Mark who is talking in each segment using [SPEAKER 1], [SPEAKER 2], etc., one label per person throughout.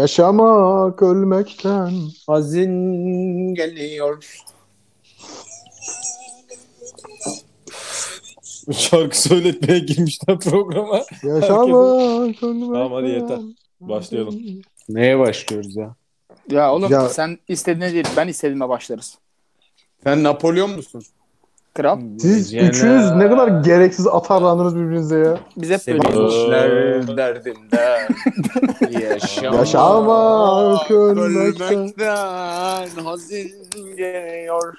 [SPEAKER 1] Yaşamak ölmekten
[SPEAKER 2] Hazin geliyor.
[SPEAKER 3] Şarkı söyletmeye girmişler programa.
[SPEAKER 1] yaşamak ölmekten.
[SPEAKER 3] Tamam, hadi yeter. Başlayalım.
[SPEAKER 2] Neye başlıyoruz ya?
[SPEAKER 4] Ya oğlum
[SPEAKER 1] Ya-
[SPEAKER 4] sen istediğine değil ben istediğime başlarız.
[SPEAKER 2] Sen Napolyon musun?
[SPEAKER 4] Kral
[SPEAKER 1] Siz
[SPEAKER 2] Yine-
[SPEAKER 1] üçünüz ne kadar gereksiz atarlandınız birbirinize ya.
[SPEAKER 4] biz hep böyle.
[SPEAKER 2] Sevmişler derdimden. Yaşamak,
[SPEAKER 1] Yaşamak ölmekten.
[SPEAKER 2] ölmekten hazin geliyor.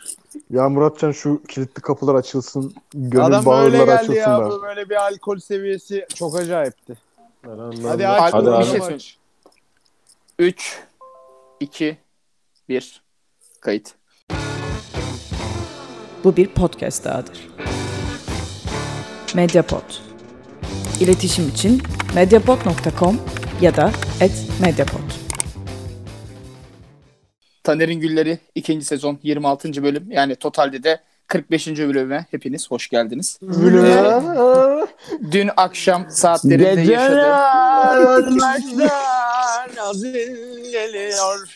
[SPEAKER 1] Ya Muratcan şu kilitli kapılar açılsın. Gönül
[SPEAKER 2] Adam böyle
[SPEAKER 1] bağırlar
[SPEAKER 2] geldi
[SPEAKER 1] açılsın
[SPEAKER 2] ya.
[SPEAKER 1] da.
[SPEAKER 2] Bu böyle bir alkol seviyesi çok acayipti. Hadi
[SPEAKER 3] Hadi
[SPEAKER 2] aç.
[SPEAKER 3] Hadi
[SPEAKER 2] bakalım,
[SPEAKER 4] abi.
[SPEAKER 2] aç.
[SPEAKER 4] 3 2 1 kayıt.
[SPEAKER 5] Bu bir podcast dahadır. Mediapod. İletişim için mediapod.com ya da @mediapod.
[SPEAKER 4] Taner'in Gülleri 2. sezon 26. bölüm yani totalde de 45. bölüme hepiniz hoş geldiniz.
[SPEAKER 1] Bülent.
[SPEAKER 4] Dün akşam saatlerinde yaşadığım
[SPEAKER 2] ölmekten hazin geliyor.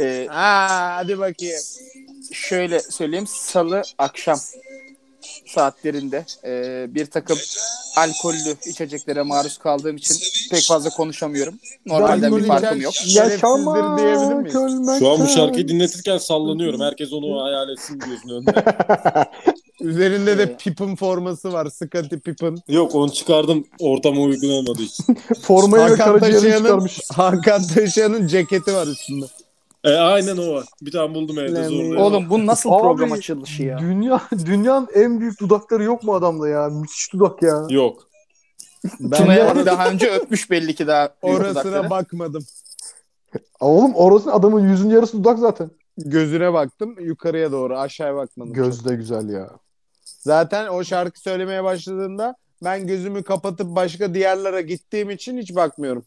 [SPEAKER 4] e,
[SPEAKER 2] Ha, hadi bakayım.
[SPEAKER 4] şöyle söyleyeyim salı akşam saatlerinde e, bir takım alkollü içeceklere maruz kaldığım için pek fazla konuşamıyorum. Normalden bir
[SPEAKER 2] Alkolü
[SPEAKER 4] farkım
[SPEAKER 2] içen-
[SPEAKER 4] yok.
[SPEAKER 1] Yaşamak
[SPEAKER 2] diyebilir miyiz?
[SPEAKER 1] ölmekten.
[SPEAKER 3] Şu an bu şarkıyı dinletirken sallanıyorum. Herkes onu hayal etsin diyorsun önüne.
[SPEAKER 2] Üzerinde de
[SPEAKER 4] Ee,
[SPEAKER 2] Pippin forması var. Scotty Pippin.
[SPEAKER 3] Yok onu çıkardım ortama uygun olmadığı için.
[SPEAKER 1] Formayı ve
[SPEAKER 2] Hakan
[SPEAKER 1] karaciğerini
[SPEAKER 2] Taşıyan'ın,
[SPEAKER 1] çıkarmış.
[SPEAKER 2] Hakan Taşıyan'ın ceketi var üstünde.
[SPEAKER 3] E, aynen o var. Bir tane buldum evde zorluyorum.
[SPEAKER 4] Oğlum bu nasıl
[SPEAKER 1] Abi,
[SPEAKER 4] program açılışı ya?
[SPEAKER 1] Dünya, dünyanın en büyük dudakları yok mu adamda ya? Müthiş dudak ya.
[SPEAKER 3] Yok.
[SPEAKER 2] Ben
[SPEAKER 4] Tuna'ya
[SPEAKER 2] orada-
[SPEAKER 4] daha önce öpmüş belli ki daha. büyük dudakları.
[SPEAKER 2] orasına bakmadım.
[SPEAKER 1] Aa, Oğlum orası adamın yüzün yarısı dudak zaten.
[SPEAKER 2] Gözüne baktım yukarıya doğru aşağıya bakmadım.
[SPEAKER 1] Göz de güzel ya.
[SPEAKER 2] Zaten o şarkı söylemeye başladığında ben gözümü kapatıp başka diyarlara gittiğim için hiç bakmıyorum.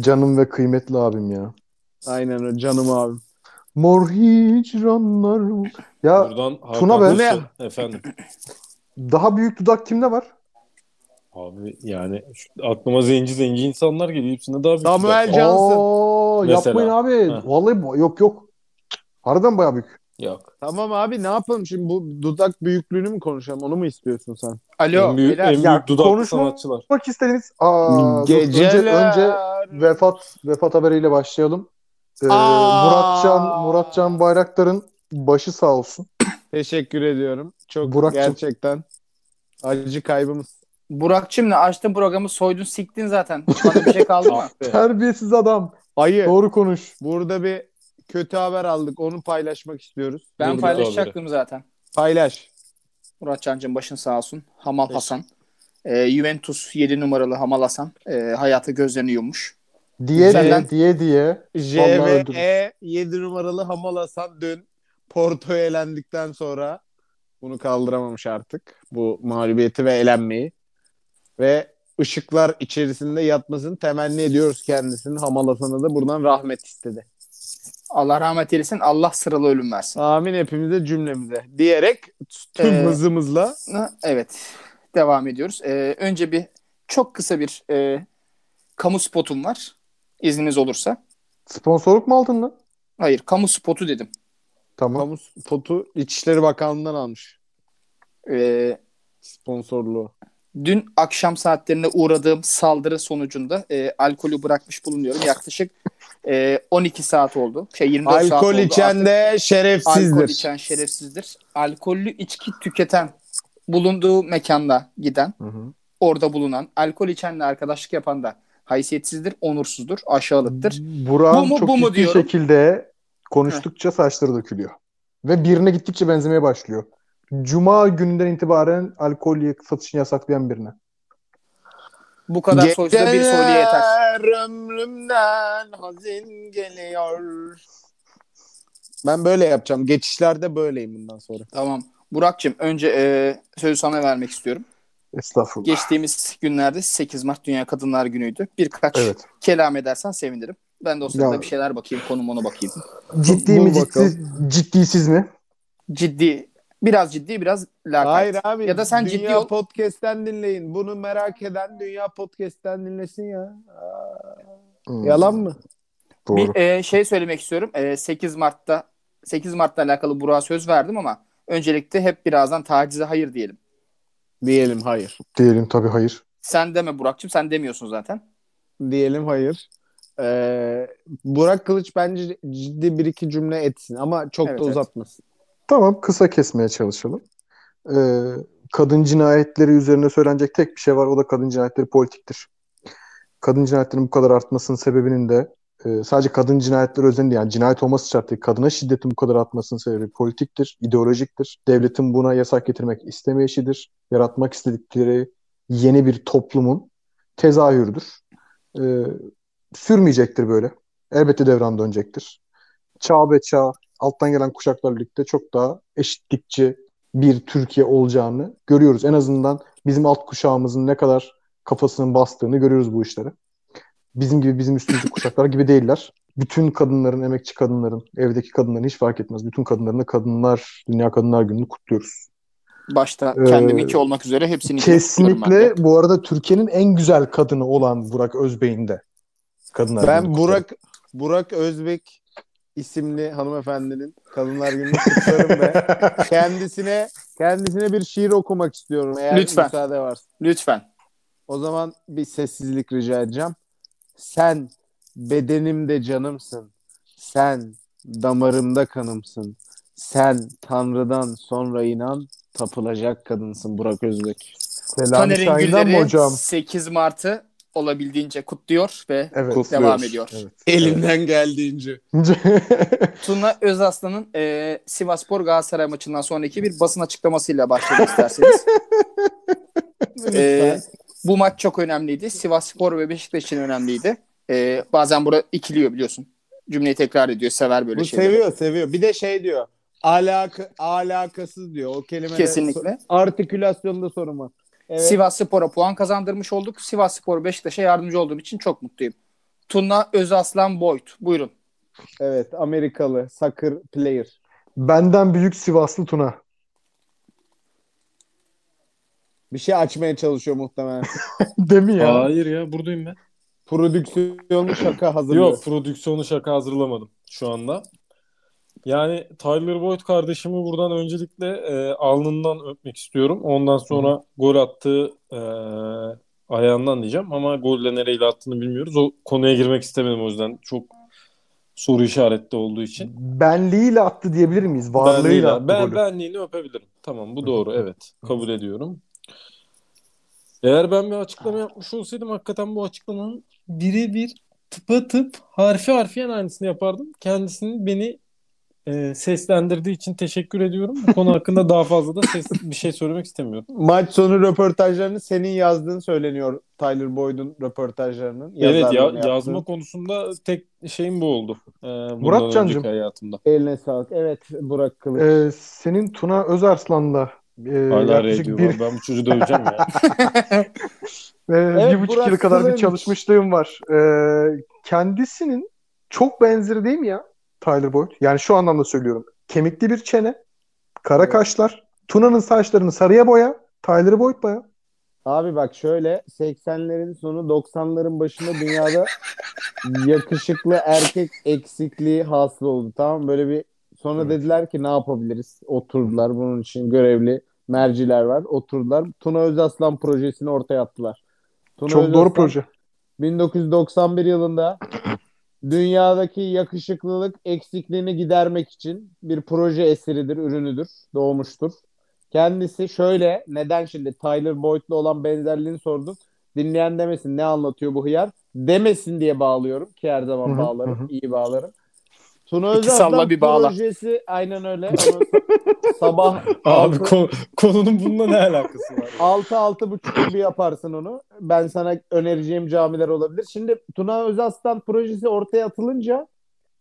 [SPEAKER 1] Canım ve kıymetli abim ya.
[SPEAKER 2] Aynen öyle canım abim.
[SPEAKER 1] Mor hicranlar. Ya
[SPEAKER 3] Buradan
[SPEAKER 1] Tuna
[SPEAKER 3] Hakan
[SPEAKER 1] be.
[SPEAKER 3] Usta- Efendim.
[SPEAKER 1] daha büyük dudak kimde var?
[SPEAKER 3] Abi yani şu- aklıma zenci zenci insanlar geliyor. Hepsinde daha büyük.
[SPEAKER 2] Samuel
[SPEAKER 3] dudak var.
[SPEAKER 2] Johnson.
[SPEAKER 1] Oo,
[SPEAKER 3] Mesela.
[SPEAKER 1] yapmayın abi.
[SPEAKER 3] Ha.
[SPEAKER 1] Vallahi bu- yok yok. Harbiden bayağı büyük.
[SPEAKER 3] Yok.
[SPEAKER 2] Tamam abi ne yapalım şimdi bu dudak büyüklüğünü mü konuşalım onu mu istiyorsun sen?
[SPEAKER 4] Alo
[SPEAKER 3] en büyük,
[SPEAKER 4] beyler.
[SPEAKER 3] en
[SPEAKER 1] Ya,
[SPEAKER 3] büyük dudaklı
[SPEAKER 1] konuşma-
[SPEAKER 3] sanatçılar.
[SPEAKER 1] Bak istediğiniz. Aa, dur, önce, önce vefat vefat haberiyle başlayalım. Ee,
[SPEAKER 2] Aa.
[SPEAKER 1] Muratcan Muratcan Bayraktar'ın başı sağ olsun.
[SPEAKER 2] Teşekkür ediyorum. Çok
[SPEAKER 1] Burak'cığım.
[SPEAKER 2] gerçekten acı kaybımız.
[SPEAKER 4] Burak'cığım ne açtın programı soydun siktin zaten. Bana bir şey kaldı mı?
[SPEAKER 1] Terbiyesiz adam.
[SPEAKER 2] Ayı
[SPEAKER 1] Doğru konuş.
[SPEAKER 2] burada bir kötü haber aldık onu paylaşmak istiyoruz.
[SPEAKER 4] Ben
[SPEAKER 3] Doğru,
[SPEAKER 4] paylaşacaktım zaten.
[SPEAKER 2] Paylaş.
[SPEAKER 4] Murat Can'cığım başın sağ olsun. Hamal Hasan. Ee, Juventus 7 numaralı Hamal Hasan. Ee, hayata gözlerini yummuş.
[SPEAKER 1] Diye
[SPEAKER 4] Senden-
[SPEAKER 1] diye diye diye. Vallahi
[SPEAKER 2] JVE 7 E numaralı Hamal Hasan dün Porto'ya elendikten sonra bunu kaldıramamış artık. Bu mağlubiyeti ve elenmeyi. Ve ışıklar içerisinde yatmasını temenni ediyoruz kendisini. Hamal Hasan'a da buradan rahmet istedi.
[SPEAKER 4] Allah rahmet eylesin. Allah sıralı ölüm versin.
[SPEAKER 2] Amin hepimize cümlemize diyerek tüm
[SPEAKER 4] Ee,
[SPEAKER 2] hızımızla
[SPEAKER 4] Ha, Evet. Devam ediyoruz. Ee, önce bir çok kısa bir e, kamu spotum var. İzniniz olursa.
[SPEAKER 1] Sponsorluk mu aldın lan?
[SPEAKER 4] Hayır kamu spotu dedim.
[SPEAKER 1] Tamam.
[SPEAKER 2] kamu spotu İçişleri Bakanlığı'ndan almış
[SPEAKER 4] Ee,
[SPEAKER 2] sponsorluğu.
[SPEAKER 4] Dün akşam saatlerinde uğradığım saldırı sonucunda e, alkolü bırakmış bulunuyorum. Yaklaşık e, 12 saat oldu. Şey 24 saat
[SPEAKER 2] Alkol
[SPEAKER 4] oldu.
[SPEAKER 2] içen
[SPEAKER 4] Artık
[SPEAKER 2] de
[SPEAKER 4] alkol
[SPEAKER 2] şerefsizdir.
[SPEAKER 4] içen şerefsizdir. Alkollü içki tüketen, bulunduğu mekanda giden,
[SPEAKER 1] Hı hı.
[SPEAKER 4] orada bulunan, alkol içenle arkadaşlık yapan da haysiyetsizdir, onursuzdur, aşağılıktır.
[SPEAKER 1] Burak'ın
[SPEAKER 4] Bu mu,
[SPEAKER 1] çok
[SPEAKER 4] bu mu
[SPEAKER 1] ciddi
[SPEAKER 4] diyorum.
[SPEAKER 1] şekilde konuştukça saçları dökülüyor. Ve birine gittikçe benzemeye başlıyor. Cuma gününden itibaren alkol yak- satışını yasaklayan birine.
[SPEAKER 4] Bu kadar soysuza bir soruya yeter.
[SPEAKER 2] Geceler ömrümden hazin geliyor. Ben böyle yapacağım. Geçişlerde böyleyim bundan sonra.
[SPEAKER 4] Tamam. Burak'cığım önce e, sözü sana vermek istiyorum.
[SPEAKER 1] Estağfurullah.
[SPEAKER 4] Geçtiğimiz günlerde 8 Mart Dünya Kadınlar Günü'ydü. Birkaç
[SPEAKER 1] Evet.
[SPEAKER 4] kelam edersen sevinirim. Ben de o sırada
[SPEAKER 1] Ya.
[SPEAKER 4] bir şeyler bakayım, konum ona bakayım.
[SPEAKER 1] Ciddi
[SPEAKER 2] Bul
[SPEAKER 1] mi ciddi,
[SPEAKER 2] bakalım.
[SPEAKER 1] ciddisiz mi?
[SPEAKER 4] Ciddi, biraz ciddi, biraz lakayt.
[SPEAKER 2] Hayır abi.
[SPEAKER 4] Ya da sen
[SPEAKER 2] Dünya
[SPEAKER 4] ciddi ol.
[SPEAKER 2] Podcast'ten dinleyin. Bunu merak eden Dünya Podcast'ten dinlesin ya. Aa,
[SPEAKER 1] Hmm.
[SPEAKER 2] Yalan mı?
[SPEAKER 1] Doğru.
[SPEAKER 4] Bir e, şey söylemek istiyorum. E, 8 Mart'ta 8 Mart'la alakalı Burak'a söz verdim ama öncelikle hep birazdan tacize hayır diyelim.
[SPEAKER 2] Diyelim hayır.
[SPEAKER 1] Diyelim tabii hayır.
[SPEAKER 4] Sen deme Burak'cığım sen demiyorsun zaten.
[SPEAKER 2] Diyelim hayır. Ee, Burak Kılıç bence ciddi bir iki cümle etsin ama çok
[SPEAKER 4] Evet,
[SPEAKER 2] da
[SPEAKER 4] evet.
[SPEAKER 2] uzatmasın.
[SPEAKER 1] Tamam kısa kesmeye çalışalım. Ee, kadın cinayetleri üzerine söylenecek tek bir şey var. O da kadın cinayetleri politiktir. Kadın cinayetlerinin bu kadar artmasının sebebinin de e, sadece kadın cinayetleri özelinde yani cinayet olması şart değil. Kadına şiddetin bu kadar artmasının sebebi politiktir, ideolojiktir. Devletin buna yasak getirmek istemeyişidir. Yaratmak istedikleri yeni bir toplumun tezahürüdür. Ee, sürmeyecektir böyle. Elbette devran dönecektir. Çağ be çağ alttan gelen kuşaklarla birlikte çok daha eşitlikçi bir Türkiye olacağını görüyoruz. En azından bizim alt kuşağımızın ne kadar kafasının bastığını görüyoruz bu işlere. Bizim gibi bizim üstümüzdeki kuşaklar gibi değiller. Bütün kadınların, emekçi kadınların, evdeki kadınların hiç fark etmez. Bütün kadınların da kadınlar, Dünya Kadınlar Günü'nü kutluyoruz.
[SPEAKER 4] Başta
[SPEAKER 1] Ee,
[SPEAKER 4] kendim iki olmak üzere hepsini
[SPEAKER 1] Kesinlikle bu arada Türkiye'nin en güzel kadını olan Burak Özbey'in de kadınlar
[SPEAKER 2] Ben
[SPEAKER 1] Günü'nü kutlarım.
[SPEAKER 2] Burak Burak Özbek isimli hanımefendinin Kadınlar Günü'nü kutlarım ve kendisine kendisine bir şiir okumak istiyorum eğer
[SPEAKER 4] Lütfen.
[SPEAKER 2] müsaade varsa.
[SPEAKER 4] Lütfen.
[SPEAKER 2] O zaman bir sessizlik rica edeceğim. Sen bedenimde canımsın. Sen damarımda kanımsın. Sen Tanrı'dan sonra inan tapılacak kadınsın Burak Özbek.
[SPEAKER 1] Selami
[SPEAKER 4] Taner'in
[SPEAKER 1] Şahin'den mi
[SPEAKER 4] Gülleri
[SPEAKER 1] hocam?
[SPEAKER 4] 8 Mart'ı olabildiğince kutluyor ve
[SPEAKER 1] Evet.
[SPEAKER 3] Kutluyoruz.
[SPEAKER 4] devam ediyor.
[SPEAKER 2] Elimden geldiğince.
[SPEAKER 4] Tuna Özaslan'ın e, Sivaspor Galatasaray maçından sonraki bir basın açıklamasıyla başlayalım isterseniz. E, bu maç çok önemliydi. Sivaspor ve Beşiktaş için önemliydi. E, bazen burada ikiliyor biliyorsun. Cümleyi tekrar ediyor. Sever böyle
[SPEAKER 2] Bu
[SPEAKER 4] şeyleri.
[SPEAKER 2] seviyor seviyor. Bir de şey diyor. Alaka, alakasız diyor. O kelime
[SPEAKER 4] Kesinlikle.
[SPEAKER 2] artikülasyonda sorun var. Evet.
[SPEAKER 4] Sivas Spor'a puan kazandırmış olduk. Sivas Spor Beşiktaş'a yardımcı olduğum için çok mutluyum. Tuna Özaslan Boyd. Buyurun.
[SPEAKER 2] evet. Amerikalı. Soccer player.
[SPEAKER 1] Benden büyük Sivaslı Tuna.
[SPEAKER 2] Bir şey açmaya çalışıyor muhtemelen.
[SPEAKER 1] Değil mi ya?
[SPEAKER 3] Hayır ya buradayım ben.
[SPEAKER 2] Prodüksiyonlu şaka hazırlıyor.
[SPEAKER 3] Yok prodüksiyonu şaka hazırlamadım şu anda. Yani Tyler Boyd kardeşimi buradan öncelikle e, alnından öpmek istiyorum. Ondan sonra gol attığı e, ayağından diyeceğim ama golle nereyle attığını bilmiyoruz. O konuya girmek istemedim o yüzden çok soru işaretli olduğu için.
[SPEAKER 1] Benliğiyle attı diyebilir miyiz?
[SPEAKER 3] Benliğini,
[SPEAKER 1] Varlığıyla attı
[SPEAKER 3] ben,
[SPEAKER 1] golü.
[SPEAKER 3] benliğini öpebilirim. Tamam bu doğru evet kabul ediyorum. Eğer ben bir açıklama yapmış olsaydım hakikaten bu açıklamanın birebir tıpa tıp harfi harfiyen aynısını yapardım. Kendisinin beni e, seslendirdiği için teşekkür ediyorum. Bu konu hakkında daha fazla da ses, bir şey söylemek istemiyorum.
[SPEAKER 2] Maç sonu röportajlarını senin yazdığın söyleniyor Tyler Boyd'un röportajlarının.
[SPEAKER 3] evet ya,
[SPEAKER 2] yazarlığını yaptığın.
[SPEAKER 3] yazma konusunda tek şeyim bu oldu. E, bundan
[SPEAKER 1] Murat
[SPEAKER 3] önceki
[SPEAKER 1] Cancım.
[SPEAKER 3] hayatımda.
[SPEAKER 2] Eline sağlık. Evet Burak Kılıç.
[SPEAKER 1] Ee, senin Tuna Özarslan'la e,
[SPEAKER 3] Hala
[SPEAKER 1] yaklaşık
[SPEAKER 3] radio
[SPEAKER 1] bir,
[SPEAKER 3] var. Ben bu çocuğu döveceğim ya.
[SPEAKER 1] e,
[SPEAKER 2] Evet,
[SPEAKER 1] bir buçuk
[SPEAKER 2] Burak
[SPEAKER 1] yıl kadar bir
[SPEAKER 2] Kılınç.
[SPEAKER 1] çalışmışlığım var. Ee, kendisinin çok benzeri değil mi ya Tyler Boyd? Yani şu anlamda söylüyorum. Kemikli bir çene, kara
[SPEAKER 2] Evet.
[SPEAKER 1] kaşlar, Tuna'nın saçlarını sarıya boya, Tyler Boyd baya.
[SPEAKER 2] Abi bak şöyle 80'lerin sonu 90'ların başında dünyada yakışıklı erkek eksikliği hasıl oldu. Tamam mı? böyle bir sonra dediler ki ne yapabiliriz? Oturdular bunun için görevli merciler var. Oturdular. Tuna Özaslan projesini ortaya attılar. Tuna
[SPEAKER 1] Çok doğru
[SPEAKER 2] Özaslan-
[SPEAKER 1] proje.
[SPEAKER 2] 1991 yılında dünyadaki yakışıklılık eksikliğini gidermek için bir proje eseridir, ürünüdür, doğmuştur. Kendisi şöyle neden şimdi Tyler Boyd'la olan benzerliğini sordum. Dinleyen demesin ne anlatıyor bu hıyar demesin diye bağlıyorum ki her zaman
[SPEAKER 1] Hı hı,
[SPEAKER 2] bağlarım,
[SPEAKER 1] hı hı.
[SPEAKER 2] iyi bağlarım. Tuna
[SPEAKER 4] İki
[SPEAKER 2] Özaslan
[SPEAKER 4] salla bir bağla.
[SPEAKER 2] projesi aynen öyle. Onu sabah
[SPEAKER 3] Abi
[SPEAKER 2] altı-
[SPEAKER 3] ko- konunun bununla ne alakası var?
[SPEAKER 2] Altı altı buçuk gibi yaparsın onu. Ben sana önereceğim camiler olabilir. Şimdi Tuna Özaslan projesi ortaya atılınca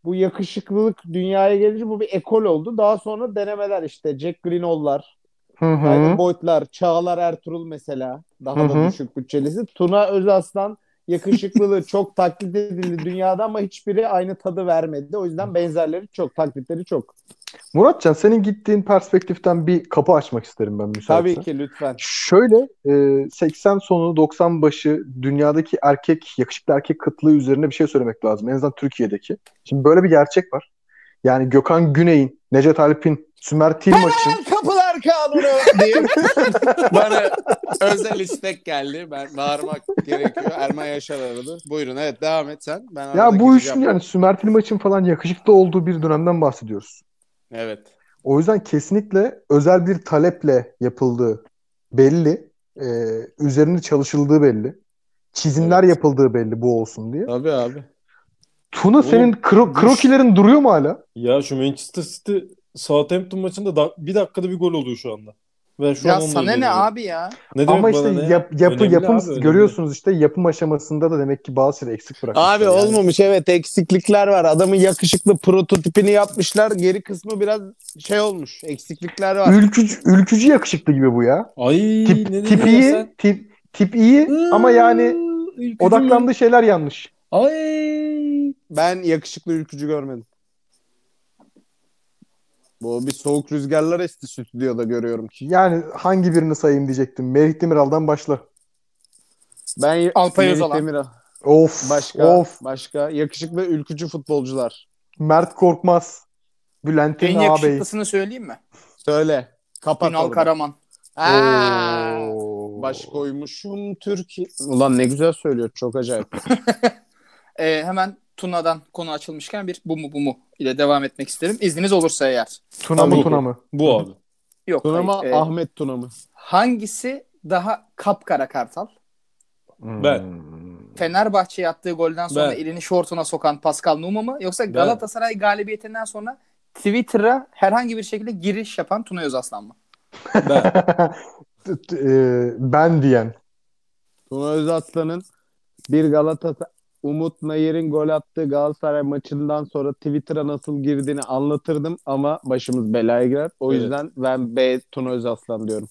[SPEAKER 2] bu yakışıklılık dünyaya gelince bu bir ekol oldu. Daha sonra denemeler işte Jack Greenall'lar,
[SPEAKER 1] Hı hı.
[SPEAKER 2] Tyler Boyd'lar, Çağlar Ertuğrul mesela daha
[SPEAKER 1] Hı
[SPEAKER 2] da
[SPEAKER 1] hı.
[SPEAKER 2] düşük bütçelisi. Tuna Özaslan yakışıklılığı çok taklit edildi dünyada ama hiçbiri aynı tadı vermedi. O yüzden benzerleri çok, taklitleri çok.
[SPEAKER 1] Muratcan senin gittiğin perspektiften bir kapı açmak isterim ben müsaitse.
[SPEAKER 2] Tabii ki lütfen.
[SPEAKER 1] Şöyle e, 80 sonu 90 başı dünyadaki erkek yakışıklı erkek kıtlığı üzerine bir şey söylemek lazım. En azından Türkiye'deki. Şimdi böyle bir gerçek var. Yani Gökhan Güney'in, Necdet Alp'in, Sümer Tilmaç'ın
[SPEAKER 2] Kapılar kanunu diye bana özel istek geldi. Ben bağırmak gerekiyor. Erman Yaşar aradı. Buyurun evet devam et sen. Ben arada
[SPEAKER 1] ya bu
[SPEAKER 2] gireceğim.
[SPEAKER 1] üçlü yani Sümer Tilmaç'ın falan yakışıklı olduğu bir dönemden bahsediyoruz.
[SPEAKER 2] Evet.
[SPEAKER 1] O yüzden kesinlikle özel bir taleple yapıldığı belli. E, üzerine çalışıldığı belli. Çizimler yapıldığı belli bu olsun diye.
[SPEAKER 2] Tabii abi.
[SPEAKER 1] Tuna
[SPEAKER 3] Oğlum,
[SPEAKER 1] senin kro- krokilerin duruyor mu hala?
[SPEAKER 3] Ya şu Manchester City Southampton maçında da, bir dakikada bir gol oluyor şu anda. Ben şu
[SPEAKER 4] Ya
[SPEAKER 3] an onu
[SPEAKER 4] sana ne
[SPEAKER 3] izliyorum.
[SPEAKER 4] abi ya?
[SPEAKER 3] Ne demek
[SPEAKER 1] Ama
[SPEAKER 3] bana
[SPEAKER 1] işte
[SPEAKER 3] ne ya?
[SPEAKER 1] yap- yapı
[SPEAKER 3] Önemli
[SPEAKER 1] yapım
[SPEAKER 3] abi, önemli.
[SPEAKER 1] görüyorsunuz işte yapım aşamasında da demek ki bazı şeyleri eksik bırakmışlar.
[SPEAKER 2] Abi
[SPEAKER 1] yani.
[SPEAKER 2] olmamış evet eksiklikler var. Adamın yakışıklı prototipini yapmışlar. Geri kısmı biraz şey olmuş. Eksiklikler var.
[SPEAKER 1] Ülkücü, ülkücü yakışıklı gibi bu ya.
[SPEAKER 3] Ay
[SPEAKER 1] Tip,
[SPEAKER 3] ne
[SPEAKER 1] tip
[SPEAKER 3] dedin ya
[SPEAKER 1] iyi,
[SPEAKER 3] sen? Hmm.
[SPEAKER 1] tip, tip iyi ama yani
[SPEAKER 3] Ülkücü mü?
[SPEAKER 1] odaklandığı şeyler yanlış.
[SPEAKER 3] Ay.
[SPEAKER 2] Ben yakışıklı ülkücü görmedim. Bu bir soğuk rüzgarlar esti stüdyoda görüyorum ki.
[SPEAKER 1] Yani hangi birini sayayım diyecektim. Merih Demiral'dan başla.
[SPEAKER 2] Ben
[SPEAKER 4] Alpay
[SPEAKER 2] Melih
[SPEAKER 4] Özalan.
[SPEAKER 2] Demiral.
[SPEAKER 1] Of,
[SPEAKER 2] Başka,
[SPEAKER 1] of.
[SPEAKER 2] başka yakışıklı ülkücü futbolcular.
[SPEAKER 1] Mert Korkmaz. Bülent'in
[SPEAKER 4] En
[SPEAKER 1] ağabeyi.
[SPEAKER 4] yakışıklısını söyleyeyim mi?
[SPEAKER 2] Söyle. Kapat
[SPEAKER 4] Ünal
[SPEAKER 2] onu.
[SPEAKER 4] Karaman.
[SPEAKER 2] Aa,
[SPEAKER 1] Oo.
[SPEAKER 2] Baş koymuşum Türkiye. Ulan ne güzel söylüyor. Çok acayip.
[SPEAKER 4] Ee, hemen Tuna'dan konu açılmışken bir bu mu bu mu ile devam etmek isterim. İzniniz olursa eğer.
[SPEAKER 1] Tuna mı
[SPEAKER 2] Tabii.
[SPEAKER 1] Tuna mı?
[SPEAKER 3] Bu abi.
[SPEAKER 4] Yok.
[SPEAKER 2] Tuna mı
[SPEAKER 4] hayır. Ee,
[SPEAKER 2] Ahmet Tuna mı?
[SPEAKER 4] Hangisi daha kapkara kartal?
[SPEAKER 3] Ben.
[SPEAKER 1] Hmm.
[SPEAKER 4] Fenerbahçe'ye attığı golden sonra
[SPEAKER 3] Ben.
[SPEAKER 4] elini şortuna sokan Pascal Numa mı? Yoksa Galatasaray galibiyetinden sonra Twitter'a herhangi bir şekilde giriş yapan Tuna Özaslan mı?
[SPEAKER 3] Ben.
[SPEAKER 1] T- t- e, ben diyen.
[SPEAKER 2] Tuna Özaslan'ın bir Galatasaray Umut Nayir'in gol attığı Galatasaray maçından sonra Twitter'a nasıl girdiğini anlatırdım ama başımız belaya girer. O
[SPEAKER 3] Evet.
[SPEAKER 2] yüzden ben B Tuna Özaslan diyorum.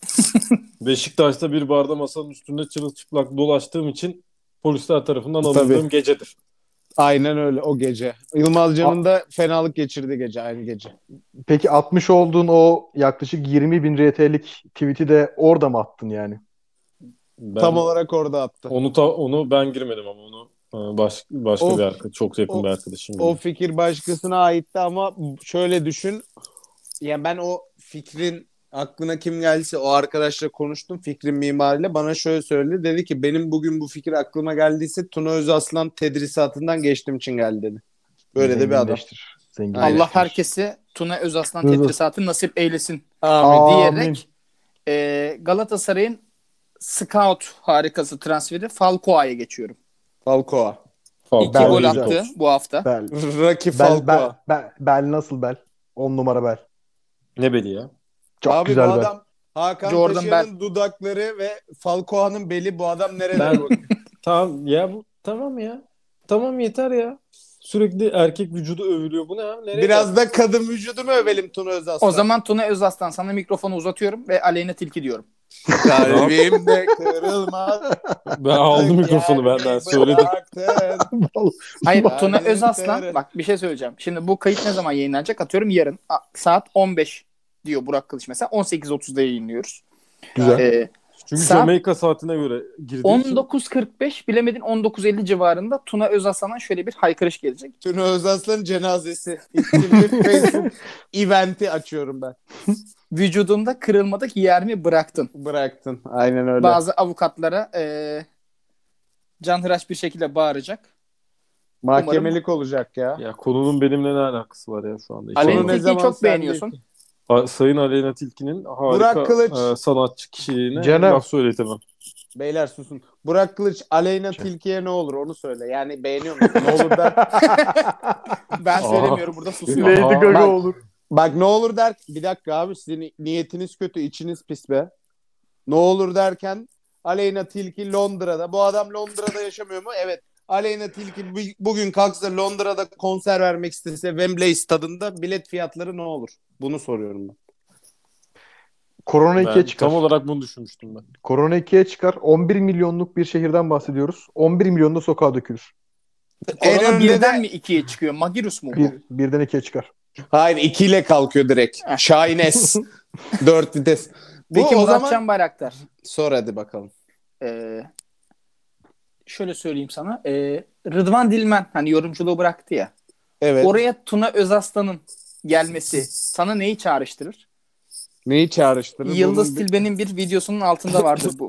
[SPEAKER 3] Beşiktaş'ta bir barda masanın üstünde çırılçıplak dolaştığım için polisler tarafından
[SPEAKER 2] Tabii.
[SPEAKER 3] alındığım gecedir.
[SPEAKER 2] Aynen öyle o gece. Yılmaz Can'ın da fenalık geçirdi gece aynı gece.
[SPEAKER 1] Peki atmış olduğun o yaklaşık 20 bin RT'lik tweet'i de orada mı attın yani?
[SPEAKER 3] Ben-
[SPEAKER 2] Tam olarak orada attı.
[SPEAKER 3] Onu ta- onu ben girmedim ama onu e, baş- başka
[SPEAKER 2] Of.
[SPEAKER 3] bir arkadaş, çok yakın
[SPEAKER 2] Of.
[SPEAKER 3] bir arkadaşım.
[SPEAKER 2] O
[SPEAKER 3] girdi.
[SPEAKER 2] fikir başkasına aitti ama şöyle düşün. Yani ben o fikrin aklına kim geldiyse o arkadaşla konuştum fikrin mimariyle bana şöyle söyledi. Dedi ki benim bugün bu fikir aklıma geldiyse Tuna Özaslan tedrisatından geçtiğim için geldi dedi. Böyle de bir adam.
[SPEAKER 1] Zenginleştir. Zenginleştir.
[SPEAKER 4] Allah herkesi Tuna Özaslan
[SPEAKER 1] Özas-
[SPEAKER 4] tedrisatı nasip eylesin
[SPEAKER 2] Amin.
[SPEAKER 1] Amin.
[SPEAKER 4] diyerek e, Galatasaray'ın scout harikası transferi Falcao'ya geçiyorum.
[SPEAKER 2] Falcoa.
[SPEAKER 3] Fal-
[SPEAKER 4] İki
[SPEAKER 1] ben-
[SPEAKER 4] gol
[SPEAKER 1] ben-
[SPEAKER 4] attı bu hafta.
[SPEAKER 1] Bel.
[SPEAKER 2] Rocky
[SPEAKER 1] Bel, bel,
[SPEAKER 2] Falcoa.
[SPEAKER 1] bel, bel nasıl bel? 10 numara bel.
[SPEAKER 3] Ne beli ya?
[SPEAKER 1] Çok
[SPEAKER 2] Abi
[SPEAKER 1] güzel
[SPEAKER 2] bu
[SPEAKER 1] bel.
[SPEAKER 2] adam Hakan
[SPEAKER 4] Jordan
[SPEAKER 2] Taşer'in dudakları ve Falcoa'nın beli bu adam nereden
[SPEAKER 3] Ben-
[SPEAKER 2] bakıyor?
[SPEAKER 3] Tamam ya bu tamam ya. Tamam yeter ya. Sürekli erkek vücudu övülüyor. Bu ne abi? Nereye
[SPEAKER 2] Biraz da kadın vücudumu övelim Tuna Özaslan.
[SPEAKER 4] O zaman Tuna Özaslan sana mikrofonu uzatıyorum ve Aleyna Tilki diyorum.
[SPEAKER 2] Kalbim de kırılmaz.
[SPEAKER 3] Ben aldım mikrofonu benden söyledim.
[SPEAKER 4] Hayır
[SPEAKER 2] Vallahi
[SPEAKER 4] Tuna
[SPEAKER 2] benim
[SPEAKER 4] Özaslan
[SPEAKER 2] teori-
[SPEAKER 4] bak bir şey söyleyeceğim. Şimdi bu kayıt ne zaman yayınlanacak? Atıyorum yarın a- saat 15 diyor Burak Kılıç mesela. 18.30'da yayınlıyoruz.
[SPEAKER 1] Güzel.
[SPEAKER 4] Ee,
[SPEAKER 3] Çünkü
[SPEAKER 4] Saat-
[SPEAKER 3] Jamaica saatine göre girdiği için
[SPEAKER 4] 19.45 bilemedin 19.50 civarında Tuna Özaslan'dan şöyle bir haykırış gelecek.
[SPEAKER 2] Tuna Özaslan'ın cenazesi. İsimli Facebook eventi açıyorum ben.
[SPEAKER 4] Vücudunda kırılmadık yer mi bıraktın?
[SPEAKER 2] Bıraktın. Aynen öyle.
[SPEAKER 4] Bazı avukatlara e, canhıraş bir şekilde bağıracak.
[SPEAKER 2] Mahkemelik olacak ya.
[SPEAKER 3] ya konunun benimle ne alakası var ya şu anda?
[SPEAKER 2] Konu
[SPEAKER 4] Aleyna
[SPEAKER 2] ne
[SPEAKER 4] Tilki'yi
[SPEAKER 2] zaman
[SPEAKER 4] çok
[SPEAKER 2] sen
[SPEAKER 4] beğeniyorsun.
[SPEAKER 3] A- Sayın Aleyna Tilki'nin harika
[SPEAKER 2] Burak Kılıç.
[SPEAKER 3] e, sanatçı kişiliğine
[SPEAKER 1] Canım.
[SPEAKER 3] laf söyletemem.
[SPEAKER 2] Beyler susun. Burak Kılıç, Aleyna
[SPEAKER 3] Şey.
[SPEAKER 2] Tilki'ye ne olur onu söyle. Yani beğeniyor musun? Ne olur der.
[SPEAKER 4] Ben
[SPEAKER 3] Aa.
[SPEAKER 4] söylemiyorum burada
[SPEAKER 3] Lady
[SPEAKER 4] susuyorum.
[SPEAKER 3] Aha. Gaga
[SPEAKER 2] Bak-
[SPEAKER 1] olur.
[SPEAKER 2] Bak ne olur der. Bir dakika abi sizin ni- niyetiniz kötü, içiniz pis be. Ne olur derken Aleyna Tilki Londra'da. Bu adam Londra'da yaşamıyor mu? Evet. Aleyna Tilki bu- bugün kalksa Londra'da konser vermek istese Wembley stadında bilet fiyatları ne olur? Bunu soruyorum ben.
[SPEAKER 1] Korona
[SPEAKER 3] Ben
[SPEAKER 1] 2'ye çıkar.
[SPEAKER 3] tam olarak bunu düşünmüştüm ben.
[SPEAKER 1] Korona 2'ye çıkar. 11 milyonluk bir şehirden bahsediyoruz. 11 milyon da sokağa dökülür.
[SPEAKER 2] En
[SPEAKER 4] Korona
[SPEAKER 2] önde
[SPEAKER 4] birden
[SPEAKER 2] de-
[SPEAKER 4] mi ikiye çıkıyor? Magirus mu? bu?
[SPEAKER 1] Bir, birden 2'ye çıkar.
[SPEAKER 2] Hayır ikiyle kalkıyor direkt.
[SPEAKER 4] Ah.
[SPEAKER 2] Şahines. Dört vites. Bu
[SPEAKER 4] Peki
[SPEAKER 2] o
[SPEAKER 4] Murat
[SPEAKER 2] zaman
[SPEAKER 4] Can Bayraktar.
[SPEAKER 2] sor hadi bakalım.
[SPEAKER 4] Ee, şöyle söyleyeyim sana. Ee, Rıdvan Dilmen hani yorumculuğu bıraktı ya.
[SPEAKER 2] Evet.
[SPEAKER 4] Oraya Tuna Özaslan'ın gelmesi sana neyi çağrıştırır?
[SPEAKER 2] Neyi çağrıştırır?
[SPEAKER 4] Yıldız
[SPEAKER 2] Bunun
[SPEAKER 4] Tilbe'nin bir videosunun altında vardır bu.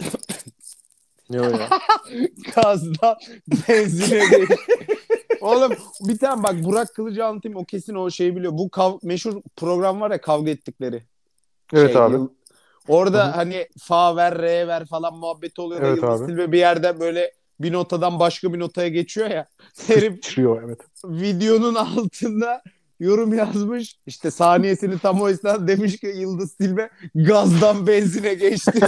[SPEAKER 3] Ne o ya?
[SPEAKER 2] bir gazda benzine değil. Oğlum bir tane bak Burak Kılıcı anlatayım o kesin o şeyi biliyor. Bu kav- meşhur program var ya kavga ettikleri.
[SPEAKER 1] Evet
[SPEAKER 2] Şey,
[SPEAKER 1] abi.
[SPEAKER 2] yıl-
[SPEAKER 1] Hı
[SPEAKER 2] Orada hani fa ver re ver falan muhabbeti oluyor da
[SPEAKER 1] Evet
[SPEAKER 2] Yıldız
[SPEAKER 1] abi.
[SPEAKER 2] Tilbe bir yerde böyle bir notadan başka bir notaya geçiyor ya. Herif
[SPEAKER 1] Çıkıyor evet.
[SPEAKER 2] videonun altında yorum yazmış. İşte saniyesini tam o esnada demiş ki Yıldız Tilbe gazdan benzine geçti.